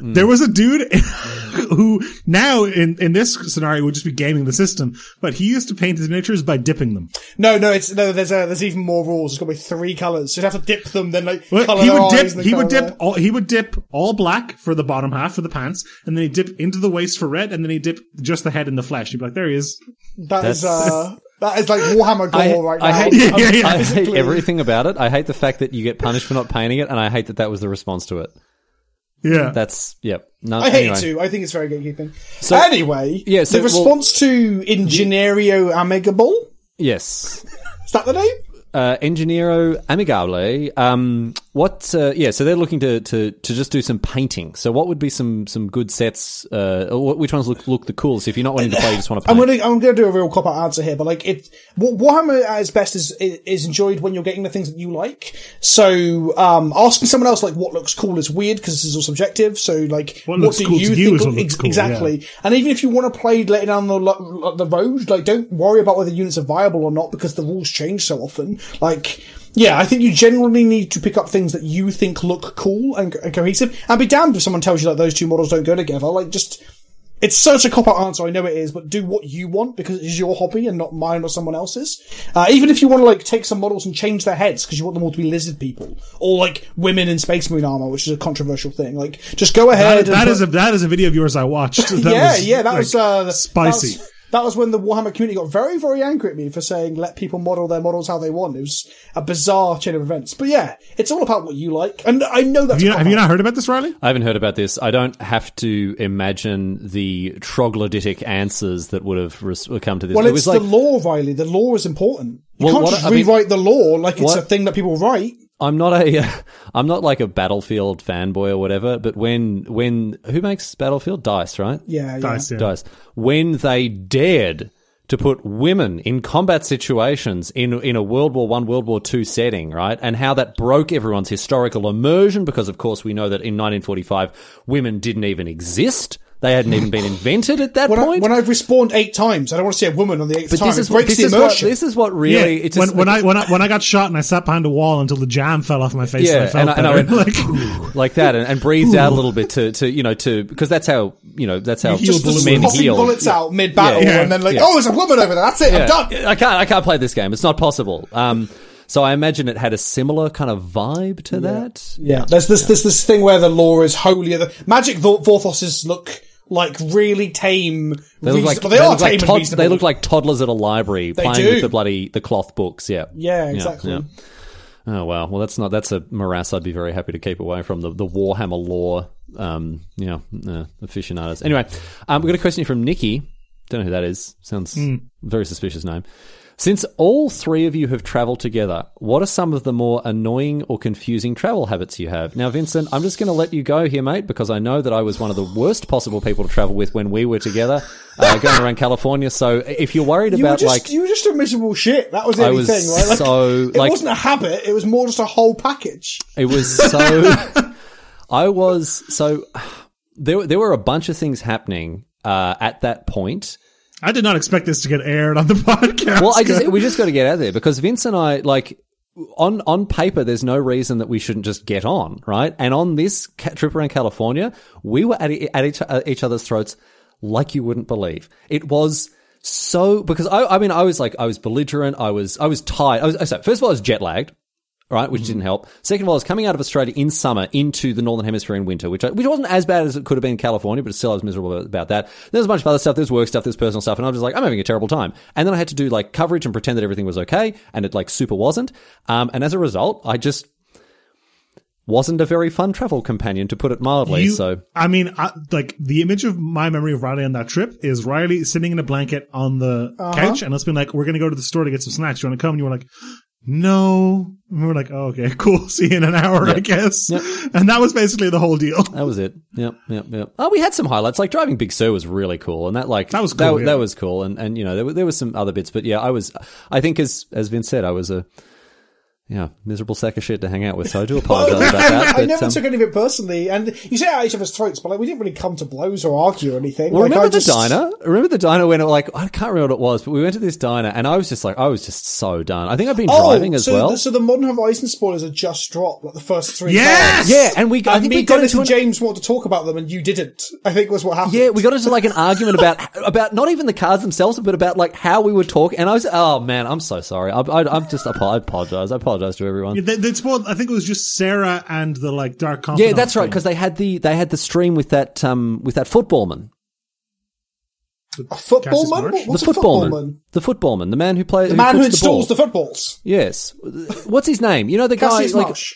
Speaker 2: There was a dude who now in, in this scenario would just be gaming the system, but he used to paint his miniatures by dipping them.
Speaker 3: No, no, it's no. There's a, there's even more rules. It's got to be three colors. So you'd have to dip them, then like
Speaker 2: Well,
Speaker 3: color
Speaker 2: he
Speaker 3: their
Speaker 2: would
Speaker 3: eyes.
Speaker 2: dip.
Speaker 3: and then
Speaker 2: He would
Speaker 3: colour
Speaker 2: dip.
Speaker 3: their-
Speaker 2: All, he would dip all black for the bottom half for the pants, and then he would dip into the waist for red, and then he would dip just the head and the flesh. He'd be like, "There he is."
Speaker 3: That is
Speaker 1: That's-
Speaker 3: uh, that is like Warhammer
Speaker 1: I,
Speaker 3: gore right
Speaker 1: I
Speaker 3: now.
Speaker 1: hate,
Speaker 2: Yeah, yeah, yeah.
Speaker 1: I hate
Speaker 3: Physically-
Speaker 1: everything about it. I hate the fact that you get punished for not painting it, and I hate that that was the response to it.
Speaker 2: Yeah.
Speaker 1: That's yep. No,
Speaker 3: I hate
Speaker 1: anyway.
Speaker 3: to. I think it's very gatekeeping. So anyway,
Speaker 1: yeah, so,
Speaker 3: the
Speaker 1: well-
Speaker 3: response to Ingenierio Amigable
Speaker 1: Yes,
Speaker 3: is that the name?
Speaker 1: uh, Ingeniero Amigable. Um, what? Uh, yeah, so they're looking to, to to just do some painting. So what would be some some good sets? Uh, or wh- which ones look look the coolest? If you're not wanting to play, you just want to
Speaker 3: I'm
Speaker 1: paint.
Speaker 3: gonna I'm gonna do a real cop out answer here, but like it, Wa- Warhammer at its best is is enjoyed when you're getting the things that you like. So um, asking someone else like what looks cool is weird because this is all subjective. So like
Speaker 2: What looks
Speaker 3: do
Speaker 2: cool to you
Speaker 3: think
Speaker 2: is what
Speaker 3: of-
Speaker 2: looks cool,
Speaker 3: exactly? And even if you want to play later down the lo- the road, like don't worry about whether units are viable or not because the rules change so often. Like. Yeah, I think you generally need to pick up things that you think look cool and, co- and cohesive, and be damned if someone tells you that those two models don't go together. Like, just it's such a cop out answer. I know it is, but do what you want because it is your hobby and not mine or someone else's. Uh, even if you want to like take some models and change their heads because you want them all to be lizard people or like women in space marine armor, which is a controversial thing. Like, just go ahead.
Speaker 2: That, that
Speaker 3: and
Speaker 2: is a that is a video of yours I watched. That
Speaker 3: yeah,
Speaker 2: was,
Speaker 3: yeah. That
Speaker 2: like,
Speaker 3: was uh,
Speaker 2: spicy.
Speaker 3: That was, that was when the Warhammer community got very, very angry at me for saying let people model their models how they want. It was a bizarre chain of events. But yeah, it's all about what you like, and I know
Speaker 2: have,
Speaker 3: that's
Speaker 2: you
Speaker 3: a
Speaker 2: not, have you
Speaker 3: cop-out.
Speaker 2: not heard about this, Riley?
Speaker 1: I haven't heard about this. I don't have to imagine the troglodytic answers that would have res- come to this.
Speaker 3: Well,
Speaker 1: it was
Speaker 3: it's
Speaker 1: like
Speaker 3: the law, Riley. The law is important. You
Speaker 1: Well,
Speaker 3: can't
Speaker 1: what-
Speaker 3: just
Speaker 1: I mean-
Speaker 3: rewrite the law like it's
Speaker 1: What-
Speaker 3: a thing that people write.
Speaker 1: I'm not a I'm not like a Battlefield fanboy or whatever. But when when who makes Battlefield Dice right?
Speaker 3: Yeah, yeah.
Speaker 2: Dice, yeah.
Speaker 1: Dice when they dared to put women in combat situations in in a World War One, World War Two setting, right? And how that broke everyone's historical immersion because, of course, we know that in 1945 women didn't even exist. They hadn't even been invented at that
Speaker 3: When, I,
Speaker 1: point.
Speaker 3: when I've respawned eight times, I don't want to see a woman on the eighth
Speaker 1: but
Speaker 3: time.
Speaker 1: this is
Speaker 3: it breaks
Speaker 1: this
Speaker 3: the
Speaker 1: is what
Speaker 3: immersion.
Speaker 1: this is what really
Speaker 2: yeah.
Speaker 1: it just
Speaker 2: when, when I when I when I got shot and I sat behind a wall until the jam fell off my face.
Speaker 1: yeah,
Speaker 2: and
Speaker 1: and
Speaker 2: I
Speaker 1: I,
Speaker 2: felt
Speaker 1: and I went
Speaker 2: better. like,
Speaker 1: like, that, and, and breathed out a little bit to, to you know to because that's how you know that's how
Speaker 2: heal
Speaker 3: just just
Speaker 1: men
Speaker 3: popping
Speaker 1: heal.
Speaker 3: bullets out mid battle,
Speaker 2: Yeah.
Speaker 3: and then like,
Speaker 1: Yeah.
Speaker 3: oh, there's a woman over there. That's it.
Speaker 1: Yeah.
Speaker 3: I'm done.
Speaker 1: I can't I can't play this game. It's not possible. Um, so I imagine it had a similar kind of vibe to that.
Speaker 3: Yeah, there's this this this thing where the law is holier. The magic Vor- Vorthoses look like really tame.
Speaker 1: They look like,
Speaker 3: reasonable- they, are
Speaker 1: look like
Speaker 3: tame.
Speaker 1: tod-
Speaker 3: and reasonable.
Speaker 1: they look like toddlers at a library playing
Speaker 3: do.
Speaker 1: with the bloody the cloth books. Yeah,
Speaker 3: Yeah, exactly.
Speaker 1: yeah. Oh wow. Well, that's not that's a morass. I'd be very happy to keep away from the the Warhammer lore. Um, you know, uh, aficionados. Anyway, um, we got a question here from Nikki. Don't know who that is. Sounds
Speaker 3: Hmm.
Speaker 1: very suspicious name. Since all three of you have traveled together, what are some of the more annoying or confusing travel habits you have? Now, Vincent, I'm just going to let you go here, mate, because I know that I was one of the worst possible people to travel with when we were together uh, going around California. So if you're worried
Speaker 3: You were
Speaker 1: about
Speaker 3: just
Speaker 1: like
Speaker 3: you were just a miserable shit. That was the
Speaker 1: I
Speaker 3: only
Speaker 1: was
Speaker 3: thing, right? Like,
Speaker 1: so,
Speaker 3: it
Speaker 1: like-
Speaker 3: wasn't a habit. It was more just a whole package.
Speaker 1: It was so. I was so. There, were- there were a bunch of things happening uh, at that point.
Speaker 2: I did not expect this to get aired on the podcast.
Speaker 1: Well, I just we just got to get out of there because Vince and I like on on paper. There's no reason that we shouldn't just get on, right? And on this ca- trip around California, we were at e- at each, at each other's throats like you wouldn't believe. It was. So, because I, I mean, I was like, I was belligerent. I was, I was tired. I was, I said, first of all, I was jet lagged. all right, which didn't help. Second of all, I was coming out of Australia in summer into the Northern Hemisphere in winter, which I, which wasn't as bad as it could have been in California, but still I was miserable about- about that. There was a bunch of other stuff. There's work stuff. There's personal stuff, and I was just like, I'm having a terrible time. And then I had to do like coverage and pretend that everything was okay, and it like super wasn't. Um, and as a result, I just wasn't a very fun travel companion, to put it mildly.
Speaker 2: You-
Speaker 1: so
Speaker 2: I mean, I, like the image of my memory of Riley on that trip is Riley sitting in a blanket on the couch, and us being like, "We're gonna go to the store to get some snacks. You want to come?" And you were like, "No." And we were like, "Oh, okay, cool. See you in an hour, I guess." And that was basically the whole deal.
Speaker 1: That was it. Yep, yep, yep. Oh, we had some highlights. Like driving Big Sur was really cool, and that like
Speaker 2: That was
Speaker 1: That,
Speaker 2: cool, yeah.
Speaker 1: that was cool, and and you know there were there was some other bits, but yeah, I was. I think as as Vince said, I was a yeah miserable sack of shit to hang out with. So I do apologize about that.
Speaker 3: I
Speaker 1: but,
Speaker 3: never
Speaker 1: um,
Speaker 3: took any of it personally, and you say at each other's throats, but like we didn't really come to blows or argue or anything.
Speaker 1: well,
Speaker 3: like,
Speaker 1: remember
Speaker 3: I
Speaker 1: the
Speaker 3: just-
Speaker 1: diner? Remember the diner when it, like I can't remember what it was, but we went to this diner, and I was just like I was just so done. I think I've been
Speaker 3: Oh,
Speaker 1: driving as
Speaker 3: so
Speaker 1: well.
Speaker 3: The, so the Modern Horizon spoilers are just dropped, like the first three.
Speaker 2: Yes!
Speaker 3: cars.
Speaker 1: yeah, and we I
Speaker 3: And
Speaker 1: think
Speaker 3: me,
Speaker 1: we got
Speaker 3: Dennis,
Speaker 1: into
Speaker 3: and
Speaker 1: an
Speaker 3: James wanted to talk about them, and you didn't. I think was what happened.
Speaker 1: Yeah, we got into like an argument about about not even the cars themselves, but about like how we were talking. And I was, oh man, I'm so sorry. I, I, I'm just, I apologize. I apologize to everyone.
Speaker 2: Th- That's more. I think it was just Sarah and the like dark.
Speaker 1: Yeah,
Speaker 2: Confidant
Speaker 1: that's right.
Speaker 2: thing.
Speaker 1: Because they had the they had the stream with that um with that footballman,
Speaker 3: a football
Speaker 2: Cassius
Speaker 3: man.
Speaker 2: Marsh?
Speaker 3: What-
Speaker 1: the
Speaker 3: What's a football
Speaker 1: footballman,
Speaker 3: man?
Speaker 1: the footballman, the man who plays
Speaker 3: The man who installs the footballs.
Speaker 1: yes. What's his name? You know the
Speaker 3: Cassius
Speaker 1: guy like
Speaker 3: Marsh.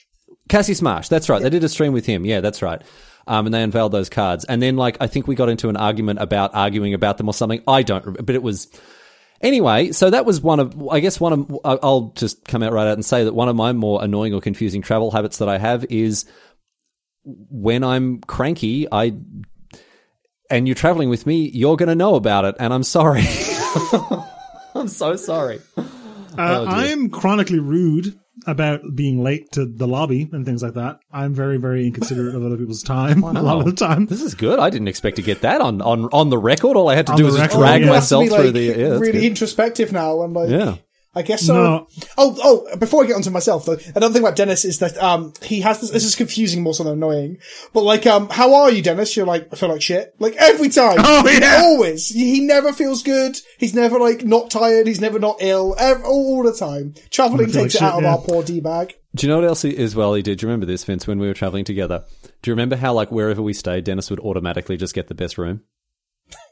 Speaker 1: Cassius Marsh. That's right. They did a stream with him. Yeah, that's right. Um, and they unveiled those cards. And then, like, I think we got into an argument about arguing about them or something. I don't, remember, but it was, Anyway, so that was one of, I guess one of, I- I'll just come out right out and say that one of my more annoying or confusing travel habits that I have is when I'm cranky, I, and you're traveling with me, you're going to know about it. And I'm sorry. I'm so sorry. Oh,
Speaker 2: Uh, I'm chronically rude about being late to the lobby and things like that. I'm very, very inconsiderate of other people's time a lot of the time.
Speaker 1: This is good. I didn't expect to get that on, on, on the record. All I had to
Speaker 2: On
Speaker 1: do
Speaker 2: the
Speaker 1: was just
Speaker 2: record,
Speaker 1: drag
Speaker 2: yeah.
Speaker 1: myself
Speaker 3: It has
Speaker 1: through
Speaker 3: to
Speaker 1: the,
Speaker 3: be,
Speaker 1: yeah,
Speaker 3: like,
Speaker 1: that's
Speaker 3: really
Speaker 1: good.
Speaker 3: introspective now. I'm like,
Speaker 1: Yeah.
Speaker 3: I guess so.
Speaker 2: No.
Speaker 3: Oh, oh! Before I get onto myself, though, another thing about Dennis is that um he has this. This is confusing, more so than annoying. But like, um, how are you, Dennis? You're like, I feel like shit. Like every time.
Speaker 2: Oh, yeah.
Speaker 3: Always. He he never feels good. He's never like not tired. He's never not ill. Ev- all the time. Traveling
Speaker 2: I feel like
Speaker 3: takes it
Speaker 2: shit,
Speaker 3: out of
Speaker 2: yeah.
Speaker 3: our poor d bag.
Speaker 1: Do you know what else he- as well he did? Do you remember this, Vince, when we were traveling together? Do you remember how, like, wherever we stayed, Dennis would automatically just get the best room?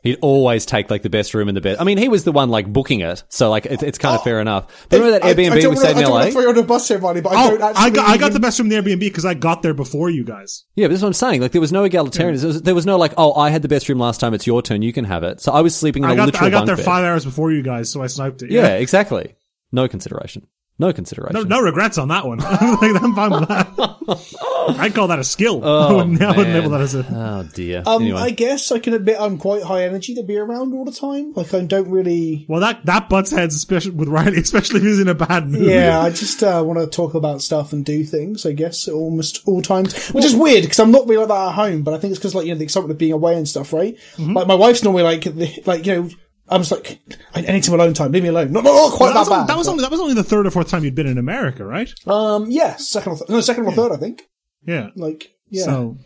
Speaker 1: He'd always take, like, the best room and the best. I mean, he was the one, like, booking it. So, like, it's, it's
Speaker 2: Oh.
Speaker 1: kind of fair enough. But remember that Airbnb
Speaker 3: I, I don't
Speaker 1: we
Speaker 3: wanna-
Speaker 1: stayed
Speaker 3: I
Speaker 1: in
Speaker 3: don't wanna
Speaker 1: LA?
Speaker 3: throw you under the bus here, Marty, but I
Speaker 2: Oh,
Speaker 3: don't actually.
Speaker 2: I got, I got the
Speaker 3: even-
Speaker 2: best from the Airbnb because I got there before you guys.
Speaker 1: Yeah, but that's what I'm saying. Like, there was no egalitarianism. There was, there was no, like, oh, I had the best room last time. It's your turn. You can have it. So I was sleeping in a
Speaker 2: I got,
Speaker 1: literal
Speaker 2: I got
Speaker 1: bunk
Speaker 2: there
Speaker 1: bed.
Speaker 2: five hours before you guys, so I sniped it.
Speaker 1: yeah, exactly. No consideration. No consideration.
Speaker 2: No, no regrets on that one. Like, I'm fine with that. I'd call that a skill. I wouldn't, I wouldn't
Speaker 1: Oh, man.
Speaker 2: label that as a.
Speaker 1: Oh, dear.
Speaker 3: Um,
Speaker 1: anyway.
Speaker 3: I guess I can admit I'm quite high energy to be around all the time. Like I don't really.
Speaker 2: Well, that that butts heads especially with Riley, especially if he's in a bad mood.
Speaker 3: Yeah, I just uh, want to talk about stuff and do things. I guess at almost all times, which is weird because I'm not really like that at home. But I think it's because like you know the excitement of being away and stuff, right?
Speaker 2: Mm-hmm.
Speaker 3: Like my wife's normally like the- like you know I'm just like I I need some alone time. Leave me alone. Not, not, not quite
Speaker 2: That was,
Speaker 3: that
Speaker 2: only,
Speaker 3: bad.
Speaker 2: that, was
Speaker 3: but-
Speaker 2: only, that was only the third or fourth time you'd been in America, right?
Speaker 3: um yeah second or th- no second or third I think
Speaker 2: Yeah.
Speaker 3: like yeah
Speaker 2: So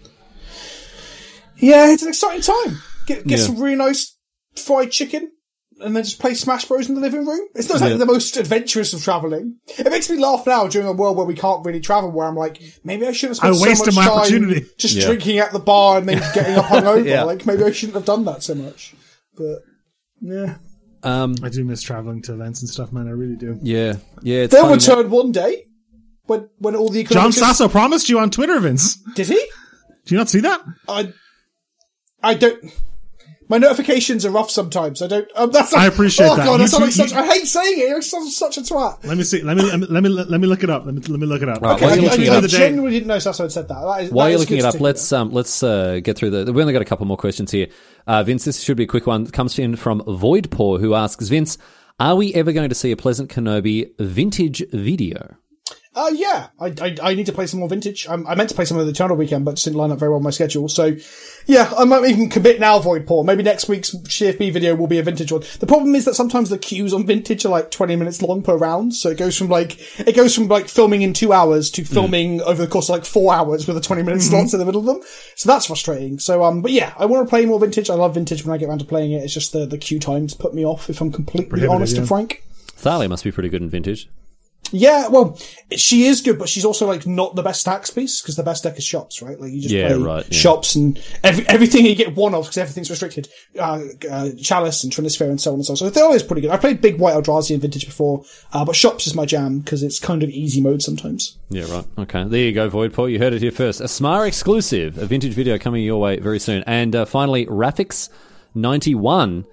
Speaker 3: yeah it's an exciting time. Get get
Speaker 1: Yeah.
Speaker 3: some really nice fried chicken. And then just play Smash Bros in the living room. It's not like
Speaker 1: Yeah.
Speaker 3: the most adventurous of traveling. It makes me laugh now during a world where we can't really travel. Where I'm like, maybe I shouldn't. Have
Speaker 2: I
Speaker 3: spent so
Speaker 2: wasted my
Speaker 3: much time
Speaker 2: opportunity.
Speaker 3: just
Speaker 1: Yeah.
Speaker 3: drinking at the bar and then getting up hungover.
Speaker 1: Yeah.
Speaker 3: Like maybe I shouldn't have done that so much. But yeah,
Speaker 2: I do miss traveling to events and stuff, man. I really do.
Speaker 1: yeah. Yeah. It's
Speaker 3: they'll
Speaker 1: funny that-
Speaker 3: return one day when when all the
Speaker 2: John
Speaker 3: economic
Speaker 2: Sasso promised you on Twitter, Vince.
Speaker 3: did he?
Speaker 2: Do you not see that?
Speaker 3: I I don't. My notifications are off sometimes. I don't. Um, that's
Speaker 2: I appreciate
Speaker 3: oh,
Speaker 2: that.
Speaker 3: God,
Speaker 2: You
Speaker 3: that's
Speaker 2: two-
Speaker 3: like such,
Speaker 2: you-
Speaker 3: I hate saying it. You're such, such a twat.
Speaker 2: Let me see. Let me let me let me, let me look it up. Let me let me look it up.
Speaker 1: Right,
Speaker 3: Okay,
Speaker 1: Why are you
Speaker 3: I,
Speaker 1: looking it
Speaker 3: I, I
Speaker 1: up?
Speaker 3: genuinely didn't know Sasso had said that. that is,
Speaker 1: While
Speaker 3: that
Speaker 1: you're
Speaker 3: is
Speaker 1: looking
Speaker 3: good
Speaker 1: it
Speaker 3: to
Speaker 1: up,
Speaker 3: take
Speaker 1: let's um, let's uh, get through the. We only got a couple more questions here. Uh, Vince, this should be a quick one. It comes in from Voidpaw, who asks Vince, "Are we ever going to see a Pleasant Kenobi vintage video?"
Speaker 3: Uh, yeah, I, I, I need to play some more vintage. Um, i I meant to play some of the channel weekend, but just didn't line up very well with my schedule. So, yeah, I might even commit now, Void Paul. Maybe next week's CFB video will be a vintage one. The problem is that sometimes the queues on vintage are like 20 minutes long per round. So it goes from like, it goes from like filming in two hours to filming over the course of like four hours with a 20 minute slot in the middle of them. So that's frustrating. So, um, but yeah, I want to play more vintage. I love vintage when I get around to playing it. It's just the, the queue times put me off, if I'm completely
Speaker 2: Prohibitive,
Speaker 3: honest
Speaker 2: yeah.
Speaker 3: and frank.
Speaker 1: Thalia must be pretty good in vintage.
Speaker 3: Yeah, well, she is good, but she's also like not the best stacks piece because the best deck is shops, right? Like you just
Speaker 1: Yeah,
Speaker 3: play
Speaker 1: right, yeah.
Speaker 3: shops and every, everything you get one of because everything's restricted. Uh, uh, Chalice and Trinisphere and so on and so on. So they're always pretty good. I played Big White Eldrazi in Vintage before, uh, but shops is my jam because it's kind of easy mode sometimes.
Speaker 1: Yeah, right. Okay, there you go, Voidpaw. You heard it here first. A Smar exclusive, a vintage video coming your way very soon. And uh, finally, Rafix ninety one,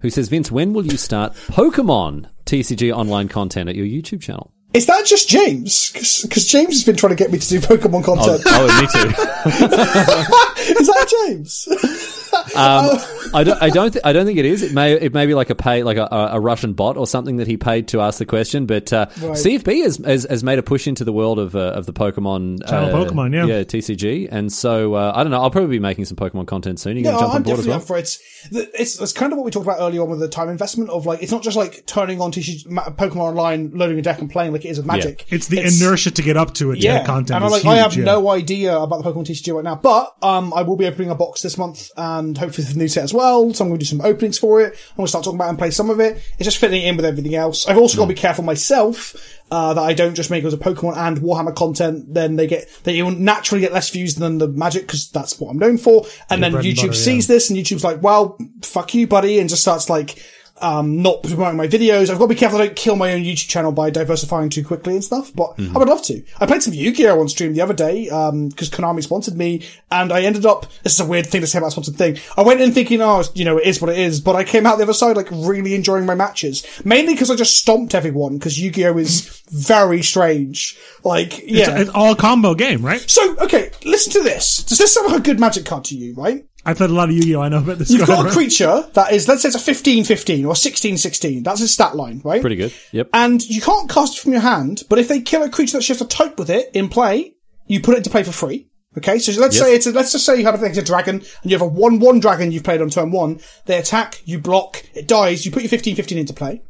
Speaker 1: who says, "Vince, when will you start Pokemon TCG online content at your YouTube channel?"
Speaker 3: Is that just James? Because James has been trying to get me to do Pokemon
Speaker 1: Oh,
Speaker 3: content.
Speaker 1: oh me too.
Speaker 3: is that James?
Speaker 1: Oh.
Speaker 3: Uh,
Speaker 1: Um, I don't. I don't. Th- I don't think it is. It may. It may be like a pay, like a, a Russian bot or something that he paid to ask the question. But uh, CFB has, has has made a push into the world of uh, of the Pokemon
Speaker 2: Channel
Speaker 1: uh,
Speaker 2: Pokemon, yeah.
Speaker 1: yeah, TCG. And so uh, I don't know. I'll probably be making some Pokemon content soon. You're
Speaker 3: Yeah,
Speaker 1: gonna jump
Speaker 3: I'm
Speaker 1: on board as
Speaker 3: definitely
Speaker 1: well.
Speaker 3: up for it. It's, the- it's, it's kind of what we talked about earlier on with the time investment of like, it's not just like turning on TCG Ma- Pokemon Online, loading a deck and playing like it is with Magic.
Speaker 2: It's the inertia to get up to it. Yeah, content.
Speaker 3: And I'm
Speaker 2: is
Speaker 3: like,
Speaker 2: huge,
Speaker 3: I have
Speaker 2: yeah.
Speaker 3: no idea about the Pokemon TCG right now, but um, I will be opening a box this month and hopefully the new set as well. So I'm going to do some openings for it. I'm going to start talking about it and play some of it. It's just fitting in with everything else. I've also got to be careful myself uh, that I don't just make it as a Pokemon and Warhammer content. Then they get they will naturally get less views than the Magic because that's what I'm known for. And then
Speaker 2: bread and
Speaker 3: YouTube
Speaker 2: butter,
Speaker 3: sees this and YouTube's like, well, fuck you, buddy, and just starts like um, not promoting my videos. I've got to be careful I don't kill my own YouTube channel by diversifying too quickly and stuff, but
Speaker 2: Mm-hmm.
Speaker 3: I would love to. I played some Yu-Gi-Oh! on stream the other day, um, cause Konami sponsored me, and I ended up, this is a weird thing to say about a sponsored thing. I went in thinking, oh, it's- you know, it is what it is, but I came out the other side, like, really enjoying my matches. Mainly because I just stomped everyone, cause Yu-Gi-Oh! is very strange. Like, yeah.
Speaker 2: It's, it's all combo game, right?
Speaker 3: So, okay, listen to this. Does this sound like a good magic card to you, right?
Speaker 2: I've played a lot of Yu-Gi-Oh. I know about this.
Speaker 3: You've
Speaker 2: card,
Speaker 3: got a
Speaker 2: right?
Speaker 3: creature that is, let's say it's a 15 15 or 16 16. That's his stat line, right?
Speaker 1: Pretty good. Yep.
Speaker 3: And you can't cast it from your hand, but if they kill a creature that shifts a type with it in play, you put it into play for free. Okay, so let's say it's a, let's just say you have a thing, it's a dragon, and you have a one-one dragon you've played on turn one. They attack, you block, it dies. You put your 15-15 into play.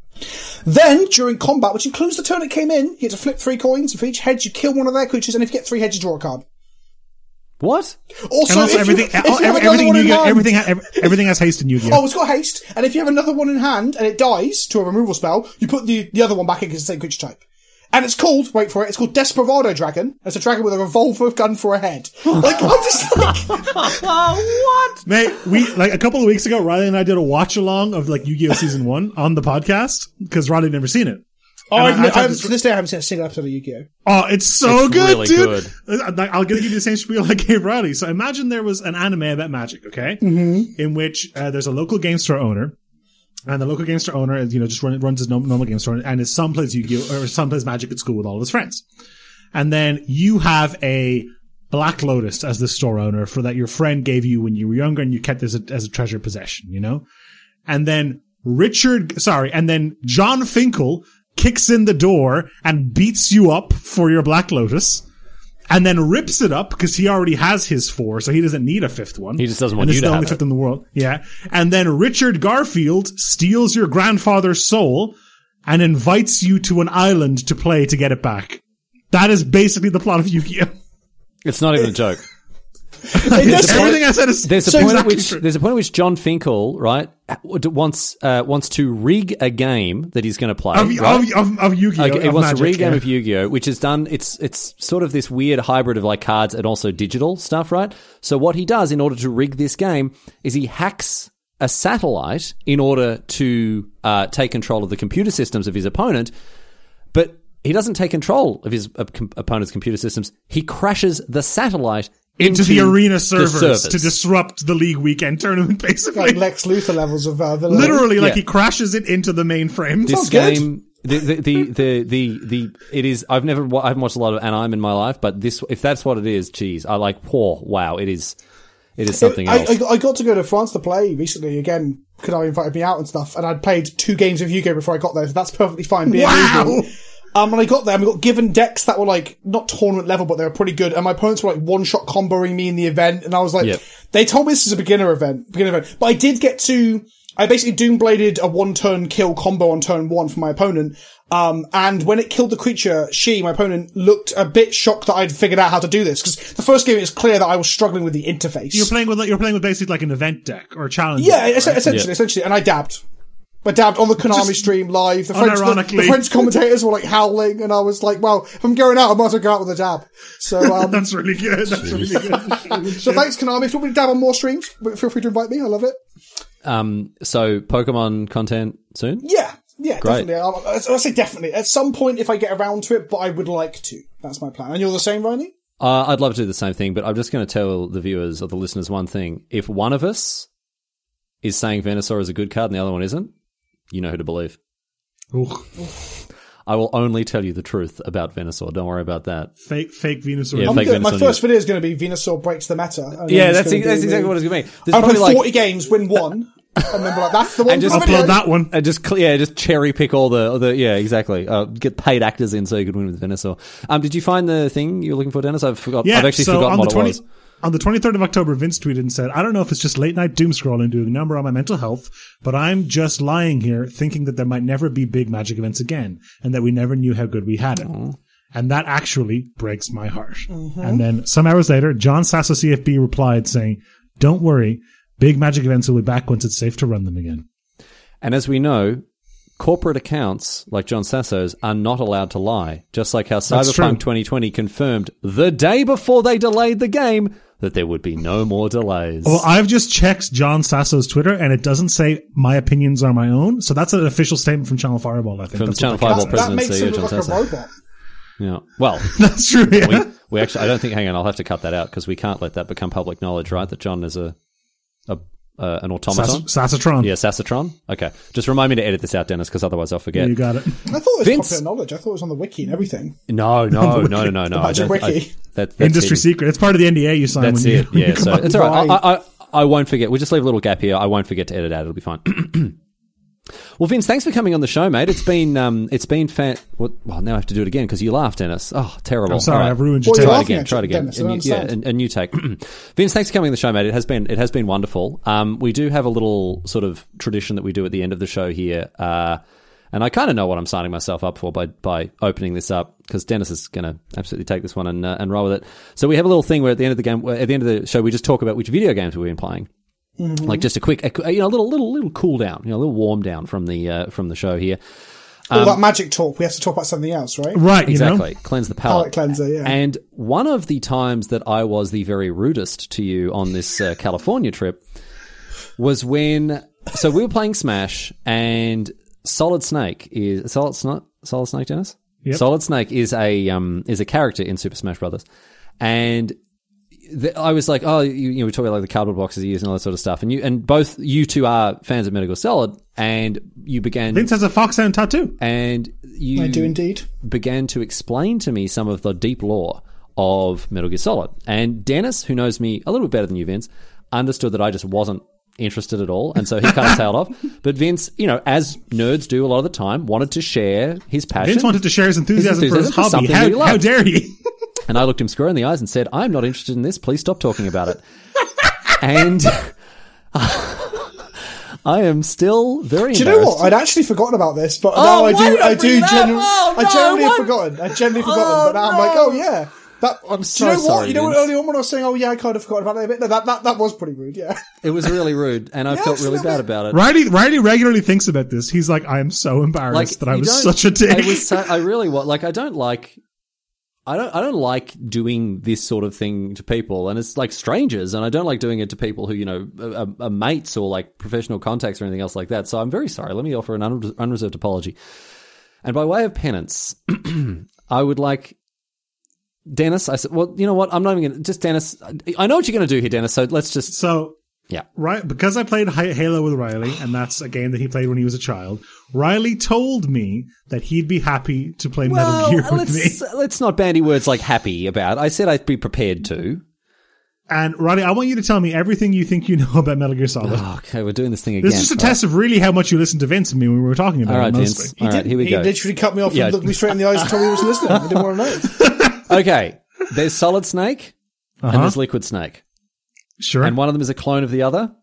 Speaker 3: Then during combat, which includes the turn it came in, you get to flip three coins. And for each head, you kill one of their creatures, and if you get three heads, you draw a card.
Speaker 1: What?
Speaker 3: Also,
Speaker 2: And also
Speaker 3: if
Speaker 2: everything,
Speaker 3: you, if you
Speaker 2: all-
Speaker 3: have another
Speaker 2: everything,
Speaker 3: one in
Speaker 2: Yu-Gi-Oh,
Speaker 3: hand-
Speaker 2: everything, ha- ev- everything has haste in Yu-Gi-Oh.
Speaker 3: Oh, it's got haste, and if you have another one in hand and it dies to a removal spell, you put the, the other one back in because it's the same creature type. And it's called, wait for it, it's called Desperado Dragon. It's a dragon with a revolver gun for a head. Like, I'm just like,
Speaker 2: Mate, we like a couple of weeks ago, Riley and I did a watch along of like Yu-Gi-Oh season one on the podcast because Riley had never seen it.
Speaker 3: oh,
Speaker 2: I-
Speaker 3: I've,
Speaker 2: I
Speaker 3: I,
Speaker 2: thought
Speaker 3: have
Speaker 2: this-
Speaker 3: to this day I haven't seen a single episode of Yu-Gi-Oh!
Speaker 2: Oh, it's so
Speaker 1: It's
Speaker 2: good,
Speaker 1: really
Speaker 2: dude. I- I'll give you the same spiel I gave Riley. So imagine there was an anime about magic, okay? Mm-hmm. In which uh, there's a local game store owner, and the local game store owner, is, you know, just run, runs his normal normal game store, and his son plays Yu-Gi-Oh or son plays Magic at school with all of his friends. And then you have a Black Lotus as the store owner for that your friend gave you when you were younger, and you kept this as a treasure possession, you know. and then Richard, sorry, and then John Finkel kicks in the door and beats you up for your Black Lotus, and then rips it up because he already has his four, so he doesn't need a fifth one.
Speaker 1: He just doesn't want
Speaker 2: and this
Speaker 1: you
Speaker 2: is
Speaker 1: to
Speaker 2: the
Speaker 1: have
Speaker 2: only
Speaker 1: it.
Speaker 2: fifth in the world. Yeah, and then Richard Garfield steals your grandfather's soul and invites you to an island to play to get it back. That is basically the plot of Yu-Gi-Oh.
Speaker 1: It's not even a joke.
Speaker 3: It does-
Speaker 2: Everything I said is
Speaker 1: There's a
Speaker 2: so
Speaker 1: point
Speaker 2: exactly
Speaker 1: at which
Speaker 2: true.
Speaker 1: there's a point at which John Finkel right wants uh, wants to rig a game that he's going to play.
Speaker 2: of,
Speaker 1: right?
Speaker 2: of, of, of Yu-Gi-Oh.
Speaker 1: Like, it
Speaker 2: of
Speaker 1: wants
Speaker 2: Magic,
Speaker 1: a regame
Speaker 2: yeah.
Speaker 1: of Yu-Gi-Oh, which is done. It's it's sort of this weird hybrid of like cards and also digital stuff, right? So what he does in order to rig this game is he hacks a satellite in order to uh, take control of the computer systems of his opponent, but he doesn't take control of his op- com- opponent's computer systems. He crashes the satellite
Speaker 2: into the arena servers,
Speaker 1: servers.
Speaker 2: to disrupt the league weekend tournament, basically.
Speaker 3: like Lex Luthor levels of uh, villain.
Speaker 2: Literally, like
Speaker 1: Yeah.
Speaker 2: he crashes it into the mainframe.
Speaker 1: this
Speaker 3: Sounds good.
Speaker 1: game. The, the, the, the, the, the, it is, I've never, wa- I haven't watched a lot of anime in my life, but this, if that's what it is, geez, I like, whoa, wow, it is, it is something
Speaker 3: I,
Speaker 1: else.
Speaker 3: I, I got to go to France to play recently again. Konami invited me out and stuff, and I'd played two games of Yu-Gi-Oh before I got there, so that's perfectly fine. Being
Speaker 2: Wow!
Speaker 3: legal. Um, when I got there, and we got given decks that were like not tournament level, but they were pretty good, and my opponents were like one shot comboing me in the event, and I was like,
Speaker 1: Yep.
Speaker 3: they told me this is a beginner event, beginner event, but I did get to. I basically doombladed a one turn kill combo on turn one for my opponent. Um, and when it killed the creature, she, my opponent, looked a bit shocked that I'd figured out how to do this. Cause the first game, it was clear that I was struggling with the interface.
Speaker 2: you're playing with like, you're playing with basically like an event deck or a challenge.
Speaker 3: Yeah,
Speaker 2: deck,
Speaker 3: es-
Speaker 2: right?
Speaker 3: essentially, essentially. And I dabbed. I dabbed on the Konami stream live. The French, the,
Speaker 2: unironically.
Speaker 3: the French commentators were like howling, and I was like, well, if I'm going out, I might as well go out with a dab. So, um,
Speaker 2: that's really good. That's really good.
Speaker 3: so thanks, Konami. If you want me to dab on more streams, feel free to invite me. I love it.
Speaker 1: Um, so Pokemon content soon?
Speaker 3: Yeah, yeah,
Speaker 1: Great.
Speaker 3: definitely. I, I, I say definitely. At some point, if I get around to it, but I would like to. That's my plan. And you're the same, Ronnie?
Speaker 1: Uh, I'd love to do the same thing, but I'm just going to tell the viewers or the listeners one thing. If one of us is saying Venusaur is a good card and the other one isn't, you know who to believe.
Speaker 2: Ooh,
Speaker 1: I will only tell you the truth about Venusaur. Don't worry about that.
Speaker 2: fake fake Venusaur.
Speaker 1: Yeah,
Speaker 3: I'm
Speaker 1: Like
Speaker 3: doing, my
Speaker 1: Venusaur
Speaker 3: first video is going to be Venusaur breaks the meta. and then
Speaker 1: Yeah,
Speaker 3: it's
Speaker 1: that's,
Speaker 3: gonna be
Speaker 1: that's
Speaker 3: me.
Speaker 1: exactly what it's going to be. There's
Speaker 3: I'll play
Speaker 1: probably
Speaker 3: 40
Speaker 1: like,
Speaker 3: games, win one, and then be like, that's the one.
Speaker 1: just
Speaker 3: for the video.
Speaker 2: Upload that one.
Speaker 1: and Uh, just cl- yeah, just cherry pick all the, all the yeah, exactly. Uh, get paid actors in so you could win with Venusaur. Um, did you find the thing you were looking for, Dennis? I've forgot.
Speaker 2: Yeah,
Speaker 1: I've actually
Speaker 2: so
Speaker 1: forgotten
Speaker 2: on
Speaker 1: what
Speaker 2: the
Speaker 1: it
Speaker 2: 20,
Speaker 1: was.
Speaker 2: On the 23rd of October, Vince tweeted and said, I don't know if it's just late night doom scrolling doing a number on my mental health, but I'm just lying here thinking that there might never be big magic events again and that we never knew how good we had it. And that actually breaks my heart. And then some hours later, John Sasso CFB replied saying, Don't worry, big magic events will be back once it's safe to run them again.
Speaker 1: And as we know, corporate accounts like John Sasso's are not allowed to lie, just like how
Speaker 2: true.
Speaker 1: Cyberpunk 2020 confirmed the day before they delayed the game that there would be no more delays.
Speaker 2: Well, I've just checked John Sasso's Twitter, and it doesn't say my opinions are my own. So that's an official statement from Channel Fireball. I think
Speaker 1: From
Speaker 2: that's
Speaker 1: Channel
Speaker 2: what they call
Speaker 1: Fireball
Speaker 2: it.
Speaker 3: that makes
Speaker 1: presidency
Speaker 3: him
Speaker 1: of
Speaker 3: look
Speaker 1: John
Speaker 3: like a
Speaker 1: Sassoon.
Speaker 3: robot.
Speaker 1: yeah. Well,
Speaker 2: That's true. Yeah.
Speaker 1: we, we actually, I don't think, hang on, I'll have to cut that out because we can't let that become public knowledge, right? That John is a, a uh, an
Speaker 2: Sass-
Speaker 1: automaton.
Speaker 2: Sassatron.
Speaker 1: yeah, Sassatron. Okay. Just remind me to edit this out, Dennis, because otherwise I'll forget.
Speaker 2: You got it.
Speaker 3: I thought it was
Speaker 1: Vince-
Speaker 3: popular knowledge. I thought it was on the wiki and everything.
Speaker 1: No, no, no, no, no, no. I
Speaker 3: Imagine
Speaker 1: don't- I-
Speaker 3: Ricky.
Speaker 1: that- that's
Speaker 2: Industry
Speaker 1: hidden.
Speaker 2: secret. It's part of the NDA you sign
Speaker 1: That's
Speaker 2: when you,
Speaker 1: it.
Speaker 2: when you
Speaker 1: Yeah. So
Speaker 2: come
Speaker 1: it's
Speaker 2: on.
Speaker 1: all right. I,
Speaker 3: Right.
Speaker 1: I, I I won't forget. We'll just leave a little gap here. I won't forget to edit out. It'll be fine. well, Vince, thanks for coming on the show, mate. It's been um, it's been fan. Well, well, now I have to do it again because you laughed, Dennis. Oh, terrible.
Speaker 2: I'm sorry,
Speaker 1: All right.
Speaker 2: I've ruined your
Speaker 3: Well,
Speaker 2: take.
Speaker 1: Try it
Speaker 3: you're laughing
Speaker 1: again.
Speaker 3: at
Speaker 1: Try it
Speaker 3: you,
Speaker 1: again.
Speaker 3: Dennis,
Speaker 1: A
Speaker 3: I
Speaker 1: new, yeah,
Speaker 3: understand.
Speaker 1: a, a new take. Vince, thanks for coming on the show, mate. It has been it has been wonderful. Um, we do have a little sort of tradition that we do at the end of the show here, uh, and I kind of know what I'm signing myself up for by by opening this up because Dennis is going to absolutely take this one and uh, and roll with it. So we have a little thing where at the end of the game, where at the end of the show, we just talk about which video games we've been playing like just a quick, a, qu- you know, a little little little cool down, you know, a little warm down from the uh, from the show here.
Speaker 3: All
Speaker 1: Um,
Speaker 3: that magic talk. We have to talk about something else, right?
Speaker 2: Right. You know?
Speaker 1: Exactly, cleanse the palate.
Speaker 3: Palate cleanser, yeah.
Speaker 1: And one of the times that I was the very rudest to you on this uh, California trip was when. So we were playing Smash, and Solid Snake is Solid Snake. Solid Snake, Dennis. Solid Snake is a um, is a character in Super Smash Brothers, and the, I was like, oh, you, you know, we talk about like the cardboard boxes he used and all that sort of stuff, and you and both you two are fans of Medical Solid, and you began
Speaker 2: Vince has a foxhound tattoo.
Speaker 1: and you
Speaker 3: I do indeed.
Speaker 1: began to explain to me some of the deep lore of Metal Gear Solid. And Dennis, who knows me a little bit better than you, Vince, understood that I just wasn't interested at all. And so he kind of tailed off. But Vince, you know, as nerds do a lot of the time, wanted to share his passion.
Speaker 2: Vince wanted to share his enthusiasm,
Speaker 1: enthusiasm
Speaker 2: for
Speaker 1: for
Speaker 2: his hobby.
Speaker 1: something that he
Speaker 2: How,
Speaker 1: loved.
Speaker 2: how dare he?
Speaker 1: And I looked him square in the eyes and said, I'm not interested in this. Please stop talking about it. and I am still very
Speaker 3: Do you know what? I'd actually forgotten about this, but now I
Speaker 1: Oh, why
Speaker 3: do.
Speaker 1: did I
Speaker 3: I
Speaker 1: bring
Speaker 3: do.
Speaker 1: that
Speaker 3: Genu-
Speaker 1: up? Oh, No,
Speaker 3: I generally
Speaker 1: why-
Speaker 3: have forgotten. I generally forgotten, but now I'm like,
Speaker 1: no.
Speaker 3: oh yeah. That, I'm
Speaker 1: so
Speaker 3: do you know
Speaker 1: sorry,
Speaker 3: What? You know what?
Speaker 1: Vince.
Speaker 3: Earlier on when I was saying, oh yeah, I kind of forgot about it a bit. No, that, that that was pretty rude. Yeah.
Speaker 1: It was really rude and I felt
Speaker 3: it's a
Speaker 1: really
Speaker 3: little
Speaker 1: bad
Speaker 3: bit-
Speaker 1: about it.
Speaker 2: Riley, Riley regularly thinks about this. He's like, I am so embarrassed that I
Speaker 1: you
Speaker 2: was
Speaker 1: don't-
Speaker 2: such a dick.
Speaker 1: I, was so, I really was like I don't like I don't I don't like doing this sort of thing to people, and it's like strangers, and I don't like doing it to people who you know are, are mates or like professional contacts or anything else like that. So I'm very sorry. Let me offer an unre- unreserved apology, and by way of penance, I would like. Dennis, I said, well, you know what? I'm not even going to. Just Dennis, I- I know what you're going to do here, Dennis. So let's just.
Speaker 2: so
Speaker 1: Yeah.
Speaker 2: right because I played Hi- Halo with Riley, and that's a game that he played when he was a child. Riley told me that he'd be happy to play
Speaker 1: Well,
Speaker 2: Metal Gear with me.
Speaker 1: let's, let's not bandy words like happy about. I said I'd be prepared to.
Speaker 2: And Riley, I want you to tell me everything you think you know about Metal Gear Solid.
Speaker 1: Okay, we're doing this thing again.
Speaker 2: This is just a test of really how much you listened to Vince and me when we were talking about
Speaker 1: All right,
Speaker 2: it. mostly.
Speaker 1: Vince. All right, here we
Speaker 3: he
Speaker 1: go.
Speaker 3: literally cut me off
Speaker 1: Yeah. Um,
Speaker 3: and looked me straight in the eyes and told me he was listening. I didn't want to know.
Speaker 1: Okay, there's Solid Snake
Speaker 2: Uh-huh.
Speaker 1: and there's Liquid Snake,
Speaker 2: Sure.
Speaker 1: and one of them is a clone of the other.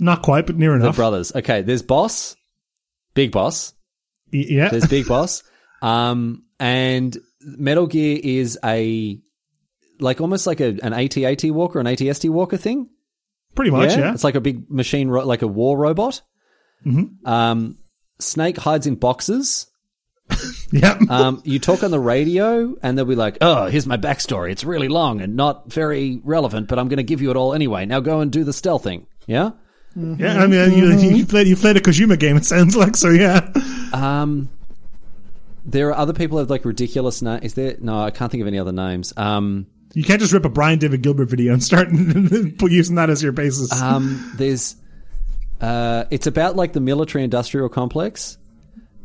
Speaker 2: Not quite, but near
Speaker 1: The
Speaker 2: enough.
Speaker 1: brothers. Okay, there's Boss, Big Boss.
Speaker 2: Y- yeah.
Speaker 1: There's Big Boss. Um, and Metal Gear is a like almost like a an AT-AT walker, an ATST walker thing.
Speaker 2: Pretty much, yeah.
Speaker 1: it's like a big machine, ro- like a war robot. Mm-hmm. Um, Snake hides in boxes.
Speaker 2: yeah.
Speaker 1: um, you talk on the radio, and they'll be like, "Oh, here's my backstory. It's really long and not very relevant, but I'm going to give you it all anyway. Now go and do the stealth thing." Yeah.
Speaker 2: yeah. I mean, you, you played you played a Kojima game. It sounds like so. Yeah.
Speaker 1: Um, there are other people that have like ridiculous. Na- is there? No, I can't think of any other names. Um,
Speaker 2: You can't just rip a Brian David Gilbert video and start put- using that as your basis.
Speaker 1: um, there's. Uh, it's about like the military industrial complex.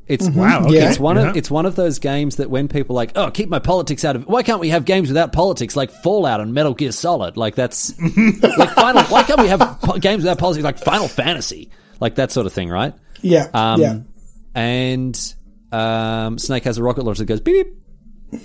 Speaker 1: It's
Speaker 2: wow. Okay.
Speaker 3: Yeah.
Speaker 1: It's one of
Speaker 2: Yeah.
Speaker 1: it's one of those games that when people are like, oh, keep my politics out of. Why can't we have games without politics like Fallout and Metal Gear Solid? Like that's like Final. Why can't we have po- games without politics like Final Fantasy? Like that sort of thing, right?
Speaker 3: Yeah.
Speaker 1: Um,
Speaker 3: yeah.
Speaker 1: And um, Snake has a rocket launcher that goes beep. beep.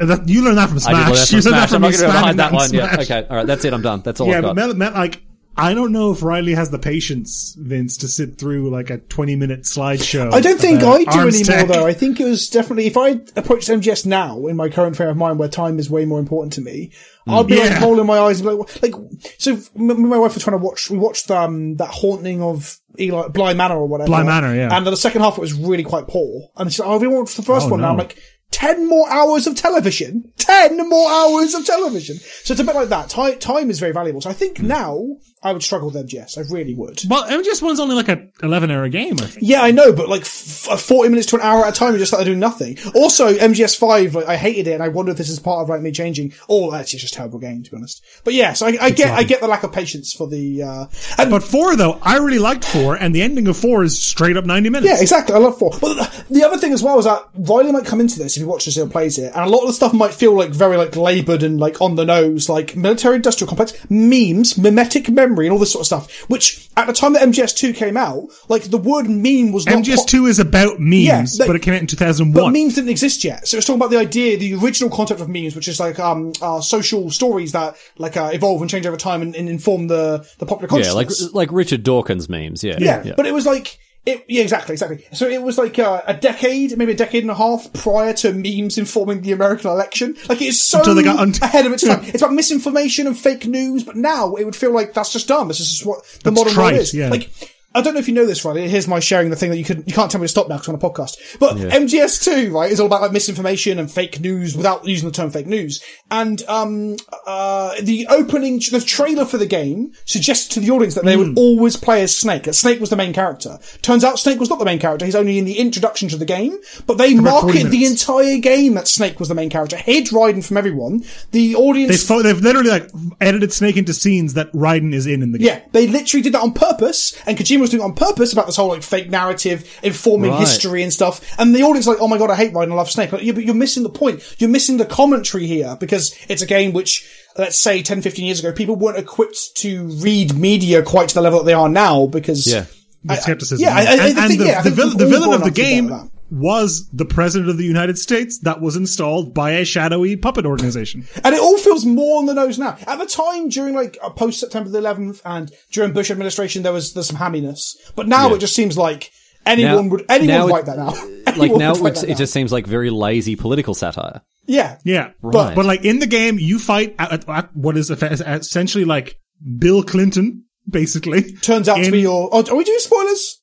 Speaker 2: And that- you learn that from Smash.
Speaker 1: I did
Speaker 2: you
Speaker 1: learn that from Smash. I'm not going
Speaker 2: you
Speaker 1: to hide
Speaker 2: spamming
Speaker 1: that
Speaker 2: on
Speaker 1: one. Oh, Yeah.
Speaker 2: Smash.
Speaker 1: Okay. All right. That's it. I'm done. That's all
Speaker 2: Yeah,
Speaker 1: I've
Speaker 2: but
Speaker 1: got.
Speaker 2: Metal, Metal, like I don't know if Riley has the patience, Vince, to sit through like a 20 minute slideshow.
Speaker 3: I don't think
Speaker 2: about
Speaker 3: I do
Speaker 2: arms
Speaker 3: anymore
Speaker 2: tech.
Speaker 3: though. I think it was definitely if I approached MGS now in my current frame of mind, where time is way more important to me, I'll be
Speaker 2: Hmm. Yeah.
Speaker 3: like rolling my eyes, and be like, like so. Me and my wife were trying to watch. We watched um that haunting of Eli Bly Manor or whatever.
Speaker 2: Bly Manor, yeah.
Speaker 3: And the second half it was really quite poor. And she said, "Oh, we watched the first
Speaker 2: Oh,
Speaker 3: one now." I'm
Speaker 2: no.
Speaker 3: like. Ten more hours of television. Ten more hours of television. So it's a bit like that. Time, time is very valuable. So I think
Speaker 2: Hmm.
Speaker 3: now I would struggle with MGS. I really would.
Speaker 2: Well, MGS one's only like a 11 hour game, I think.
Speaker 3: Yeah, I know, but like f- f- forty minutes to an hour at a time, you just started doing nothing. Also, MGS Five, like, I hated it, and I wonder if this is part of like me changing. Oh, that's just a terrible game, to be honest. But yeah, so I, I get, I get the lack of patience for the. uh and,
Speaker 2: But four though, I really liked four, and the ending of four is straight up 90 minutes.
Speaker 3: yeah, exactly. I love four. But the- the other thing as well is that Riley might come into this if he watches it or plays it, and a lot of the stuff might feel like very like laboured and like on the nose, like military industrial complex memes, mimetic memory, and all this sort of stuff. Which at the time that MGS Two came out, like the word meme was not
Speaker 2: MGS
Speaker 3: pop-
Speaker 2: two is about memes,
Speaker 3: they-
Speaker 2: but it came out in two thousand
Speaker 3: But
Speaker 2: one.
Speaker 3: memes didn't exist yet. So it's talking about the idea, the original concept of memes, which is like um uh, social stories that like uh, evolve and change over time and, and inform the the popular
Speaker 1: Yeah, like
Speaker 3: consciousness.
Speaker 1: like Richard Dawkins memes. Yeah,
Speaker 2: uh,
Speaker 3: yeah, But it was like. It, yeah, exactly, exactly. So it was like uh, a decade, maybe a decade and a half prior to memes informing the American election. Like it is so
Speaker 2: Until they got un-
Speaker 3: ahead of its time. It's about misinformation and fake news, but now it would feel like that's just dumb. This is just what the modern
Speaker 2: trite,
Speaker 3: world is.
Speaker 2: yeah.
Speaker 3: Like I don't know if you know this, right? Here's my sharing the thing that you could you can't tell me to stop now because I'm on a podcast. But MGS2, right, is all about like misinformation and fake news without using the term fake news. And um, uh, the opening, the trailer for the game suggested to the audience that they
Speaker 2: Hmm.
Speaker 3: would always play as Snake. That Snake was the main character. Turns out Snake was not the main character. He's only in the introduction to the game. But they
Speaker 2: about 40
Speaker 3: marketed the
Speaker 2: minutes.
Speaker 3: entire game that Snake was the main character, hid Raiden from everyone. The audience
Speaker 2: They fo- they've literally like edited Snake into scenes that Raiden is in in the game.
Speaker 3: yeah, they literally did that on purpose, and Kojima was doing it on purpose about this whole like fake narrative informing
Speaker 1: Right.
Speaker 3: history and stuff. And the audience like, oh my god, I hate Ryan, I love Snake. Like, yeah, but you're missing the point. You're missing the commentary here because it's a game which, let's say, 10, 15 years ago, people weren't equipped to read media quite to the level that they are now because
Speaker 1: Yeah.
Speaker 2: The skepticism.
Speaker 3: yeah, I- I- I
Speaker 2: and, and
Speaker 3: think-
Speaker 2: the,
Speaker 3: yeah,
Speaker 2: the,
Speaker 3: I think
Speaker 2: vil-
Speaker 3: we've
Speaker 2: the
Speaker 3: all
Speaker 2: villain
Speaker 3: grown
Speaker 2: of the
Speaker 3: up to
Speaker 2: game
Speaker 3: that.
Speaker 2: was the president of the United States that was installed by a shadowy puppet organization.
Speaker 3: And it all feels more on the nose now. At the time, during like uh, post September the 11th and during Bush administration, there was there's some hamminess, but now it just seems like anyone
Speaker 1: Now-
Speaker 3: would anyone
Speaker 1: now
Speaker 3: would
Speaker 1: it-
Speaker 3: write that now.
Speaker 1: like
Speaker 3: Anyone
Speaker 1: now
Speaker 3: would write
Speaker 1: it's,
Speaker 3: that
Speaker 1: it just seems like very lazy political satire.
Speaker 3: yeah
Speaker 2: Yeah,
Speaker 1: Right.
Speaker 2: but but like in the game, you fight at, at, at what is effe- essentially like Bill Clinton, basically.
Speaker 3: turns out to
Speaker 2: in-
Speaker 3: be your. Oh, are we doing spoilers?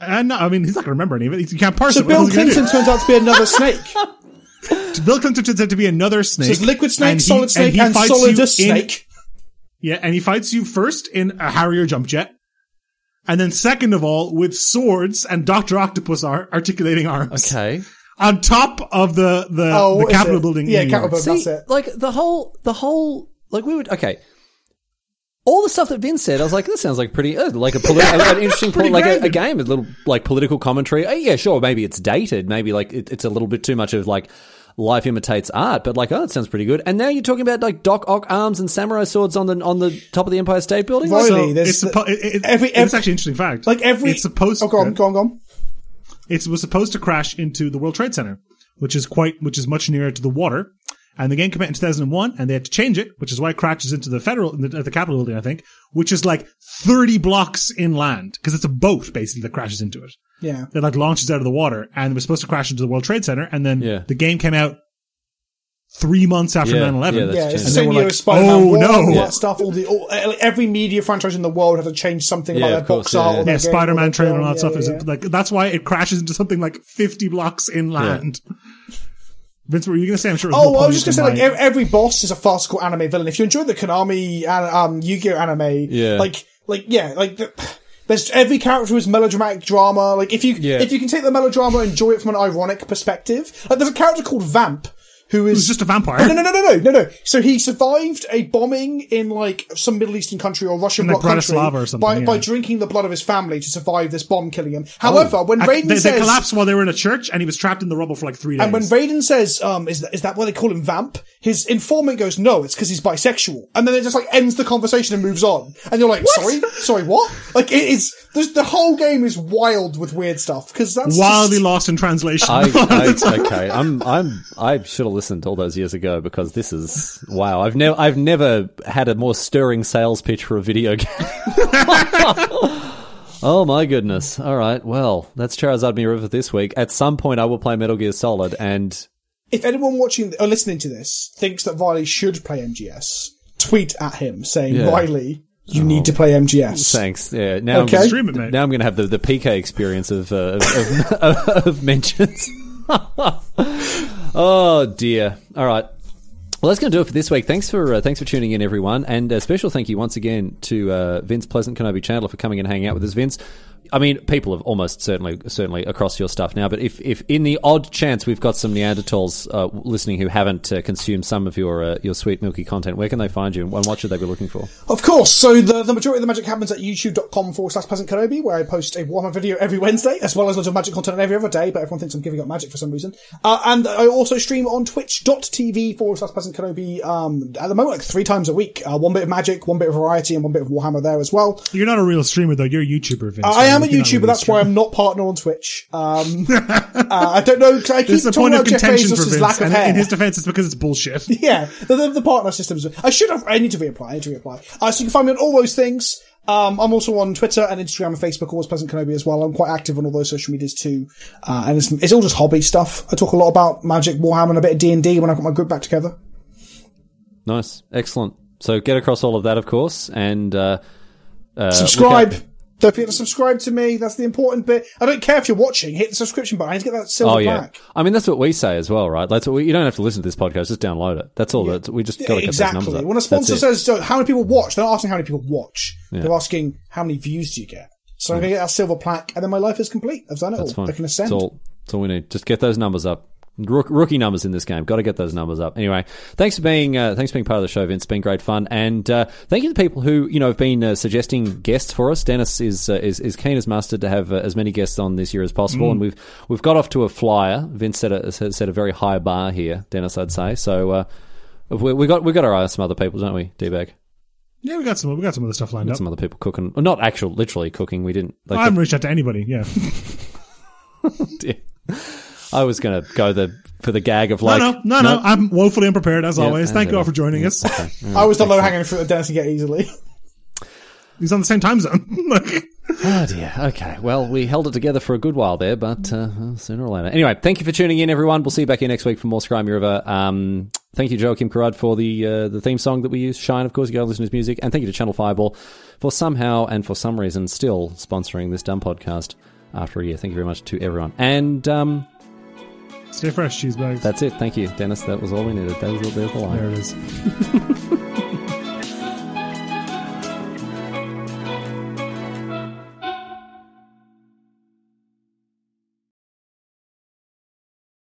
Speaker 2: And no, I mean, he's not going to remember any of it. He can't parse
Speaker 3: So
Speaker 2: it. What else
Speaker 3: Bill
Speaker 2: is he gonna do?
Speaker 3: Clinton turns out to be another snake.
Speaker 2: Bill Clinton turns out to be another snake.
Speaker 3: There's liquid snake,
Speaker 2: and he-
Speaker 3: solid snake,
Speaker 2: he
Speaker 3: and,
Speaker 2: fights you
Speaker 3: solidus
Speaker 2: in-
Speaker 3: snake.
Speaker 2: Yeah, and he fights you first in a Harrier jump jet. And then second of all, with swords and Dr. Octopus are articulating arms.
Speaker 1: Okay.
Speaker 2: On top of the, the,
Speaker 3: Oh, what
Speaker 2: the
Speaker 3: is
Speaker 2: Capitol
Speaker 3: it?
Speaker 2: building. in
Speaker 3: Yeah,
Speaker 2: New
Speaker 3: Capitol
Speaker 2: York.
Speaker 3: building. That's
Speaker 1: See,
Speaker 3: it.
Speaker 1: Like the whole, the whole, like we would. Okay. All the stuff that Vince said, I was like, this sounds like pretty, uh, like a poli- a- an interesting, poli- like a, a game, a little like political commentary. Uh, yeah, sure, maybe it's dated, maybe like it, it's a little bit too much of like life imitates art, but like, oh, that sounds pretty good. And now you're talking about like Doc Ock arms and samurai swords on the on the top of the Empire State Building.
Speaker 3: Right.
Speaker 1: Like,
Speaker 2: So
Speaker 3: Really, there's
Speaker 2: it's,
Speaker 3: the-
Speaker 2: suppo- it, it-
Speaker 3: every-
Speaker 2: it's
Speaker 3: every-
Speaker 2: actually an interesting fact.
Speaker 3: Like every.
Speaker 2: it's supposed
Speaker 3: Oh, go on, go on, go on.
Speaker 2: it was supposed to crash into the World Trade Center, which is quite, which is much nearer to the water. And the game came out in 2001, and they had to change it, which is why it crashes into the federal, the, the Capitol building, I think, which is like 30 blocks inland, because it's a boat basically that crashes into it.
Speaker 3: Yeah.
Speaker 2: That like launches out of the water, and it was supposed to crash into the World Trade Center, and then
Speaker 1: Yeah.
Speaker 2: the game came out three months after
Speaker 1: Yeah,
Speaker 2: 9/11.
Speaker 1: yeah, that's
Speaker 3: Yeah, it's the
Speaker 1: And
Speaker 2: they
Speaker 3: same
Speaker 2: were
Speaker 3: year
Speaker 2: like,
Speaker 3: as Spider-Man.
Speaker 2: "Oh,
Speaker 3: War,
Speaker 2: no."
Speaker 3: All
Speaker 2: Yeah.
Speaker 3: that stuff. All the all, uh, like, every media franchise in the world had to change something about
Speaker 1: Yeah,
Speaker 3: their
Speaker 1: of course,
Speaker 3: box
Speaker 1: yeah,
Speaker 3: art.
Speaker 1: yeah.
Speaker 3: or their
Speaker 2: yeah,
Speaker 3: game or
Speaker 2: Spider-Man
Speaker 3: their
Speaker 2: trailer and
Speaker 3: film.
Speaker 2: all that
Speaker 3: Yeah,
Speaker 2: stuff
Speaker 3: yeah,
Speaker 2: is
Speaker 3: yeah.
Speaker 2: like that's why it crashes into something like 50 blocks inland. Vince, what were you gonna say? I'm sure. it was
Speaker 3: Oh,
Speaker 2: more
Speaker 3: I was just gonna
Speaker 2: poignant
Speaker 3: say, like
Speaker 2: than
Speaker 3: ev- every boss is a farcical anime villain. If you enjoy the Konami and um, Yu-Gi-Oh anime,
Speaker 1: Yeah.
Speaker 3: like, like, yeah, like, the, there's every character is melodramatic drama. Like, if you
Speaker 1: Yeah.
Speaker 3: if you can take the melodrama and enjoy it from an ironic perspective, like, there's a character called Vamp who
Speaker 2: It was
Speaker 3: is
Speaker 2: just a vampire.
Speaker 3: no, no, no, no, no, no, no. So he survived a bombing in like some Middle Eastern country or Russian
Speaker 2: In, like,
Speaker 3: bloc country
Speaker 2: Bratislava or something,
Speaker 3: by,
Speaker 2: yeah. Oh.
Speaker 3: by drinking the blood of his family to survive this bomb killing him. However, when
Speaker 2: I-
Speaker 3: Raiden
Speaker 2: they,
Speaker 3: says
Speaker 2: they collapsed while they were in a church, and he was trapped in the rubble for like three days.
Speaker 3: and when Raiden says, um, is that, is that why they call him Vamp? His informant goes, no, it's because he's bisexual. And then it just like ends the conversation and moves on. And you're like, sorry? Sorry, what? Like, it is, There's, the whole game is wild with weird stuff because that's
Speaker 2: Wildly
Speaker 3: just-
Speaker 2: lost in translation.
Speaker 1: I, I okay. I'm I'm I should have listened all those years ago because this is wow. I've never I've never had a more stirring sales pitch for a video game. oh my goodness. All right. Well, that's Charizard Mirror for this week. At some point, I will play Metal Gear Solid, and
Speaker 3: if anyone watching or listening to this thinks that Riley should play MGS, tweet at him saying,
Speaker 1: Yeah.
Speaker 3: Riley, you need to play MGS.
Speaker 1: thanks. Yeah. Now
Speaker 3: Okay.
Speaker 1: I'm,
Speaker 2: Stream it, mate.
Speaker 1: Now I'm going to have the, the PK experience of uh, of, of, of mentions. oh dear. All right. Well, that's going to do it for this week. Thanks for uh, thanks for tuning in, everyone, and a special thank you once again to uh, Vince Pleasant Kenobi Chandler for coming and hanging out with us, Vince. I mean, people have almost certainly certainly across your stuff now, but if, if in the odd chance we've got some Neanderthals uh, listening who haven't uh, consumed some of your uh, your sweet milky content, where can they find you, and what should they be looking for?
Speaker 3: Of course, so the, the majority of the magic happens at youtube.com forward slash peasant Kenobi, where I post a Warhammer video every Wednesday, as well as loads of magic content every other day, but everyone thinks I'm giving up magic for some reason. Uh, and I also stream on twitch.tv forward slash peasant Kenobi, um, at the moment, like three times a week. Uh, one bit of magic, one bit of variety, and one bit of Warhammer there as well.
Speaker 2: You're not a real streamer though. You're a YouTuber. Vince,
Speaker 3: I
Speaker 2: right?
Speaker 3: am a
Speaker 2: You're not
Speaker 3: YouTuber.
Speaker 2: real
Speaker 3: That's why
Speaker 2: streamer.
Speaker 3: I'm not partner on Twitch. Um, uh, I don't know. 'cause I keep
Speaker 2: This is a
Speaker 3: talking
Speaker 2: point of
Speaker 3: about Jeff
Speaker 2: contention for
Speaker 3: Bezos'
Speaker 2: Vince,
Speaker 3: lack of
Speaker 2: and
Speaker 3: hair.
Speaker 2: in his defense, it's because it's bullshit.
Speaker 3: yeah, the, the, the partner systems. I should have. I need to reapply. I need to reapply. Uh, so you can find me on all those things. Um, I'm also on Twitter and Instagram and Facebook, always Pleasant Kenobi as well. I'm quite active on all those social medias too. Uh, and it's, it's all just hobby stuff. I talk a lot about Magic, Warhammer, and a bit of D and D when I got my group back
Speaker 1: Uh,
Speaker 3: together.
Speaker 1: Nice, excellent. So get across all of that, of course, and uh,
Speaker 3: subscribe.
Speaker 1: look
Speaker 3: Don't forget to subscribe to me. That's the important bit. I don't care if you're watching. Hit the subscription button. I need to get that silver
Speaker 1: oh yeah,
Speaker 3: back.
Speaker 1: I mean that's what we say as well, right? That's what we, you don't have to listen to this podcast; just download it. That's all. That we just got to get those numbers
Speaker 3: Exactly.
Speaker 1: up.
Speaker 3: When a
Speaker 1: That's
Speaker 3: sponsor
Speaker 1: it.
Speaker 3: says, "So, "How many people watch?" They're not asking how many people watch. They're asking how many views do you get. So I'm gonna get that silver plaque, and then my life is complete. I've done it
Speaker 1: That's
Speaker 3: all.
Speaker 1: fine.
Speaker 3: I can ascend.
Speaker 1: That's all, that's all we need. Just get those numbers up. Rook, rookie numbers in this game. Got to get those numbers up. Anyway, thanks for being uh, thanks for being part of the show, Vince. It's been great fun, and uh, thank you to people who you know have been uh, suggesting guests for us. Dennis is uh, is is keen as mustard to have uh, as many guests on this year as
Speaker 3: Mm.
Speaker 1: possible, and we've we've got off to a flyer. Vince set a set set a very high bar here, Dennis. I'd say so. Uh, we, we got we got our eye on some other people, don't we, D bag?
Speaker 2: Yeah, we got some. We got some other stuff lined up.
Speaker 1: Some other people cooking, well, not actual, literally cooking. We didn't. Like,
Speaker 2: I haven't reached out to anybody. Yeah,
Speaker 1: idea. I was going to go the for the gag of
Speaker 2: no,
Speaker 1: like
Speaker 2: no, no, no. I'm woefully unprepared as always.
Speaker 1: I
Speaker 2: Thank you
Speaker 1: know.
Speaker 2: all for joining us.
Speaker 3: I was the low hanging fruit of Dennis to get easily.
Speaker 2: He's on the same time zone. Like,
Speaker 1: Oh dear. Okay. Well, we held it together for a good while there, but uh, well, sooner or later. Anyway, thank you for tuning in, everyone. We'll see you back here next week for more Scrimy River. Um, thank you, Joachim Karad, for the uh, the theme song that we use, Shine. Of course, you go listen to his music, and thank you to Channel Fireball for somehow and for some reason still sponsoring this dumb podcast after a year. Thank you very much to everyone. And um,
Speaker 2: stay fresh, cheese bags.
Speaker 1: that's it. Thank you, Dennis. That was all we needed. That was, there's the line.
Speaker 2: there it is.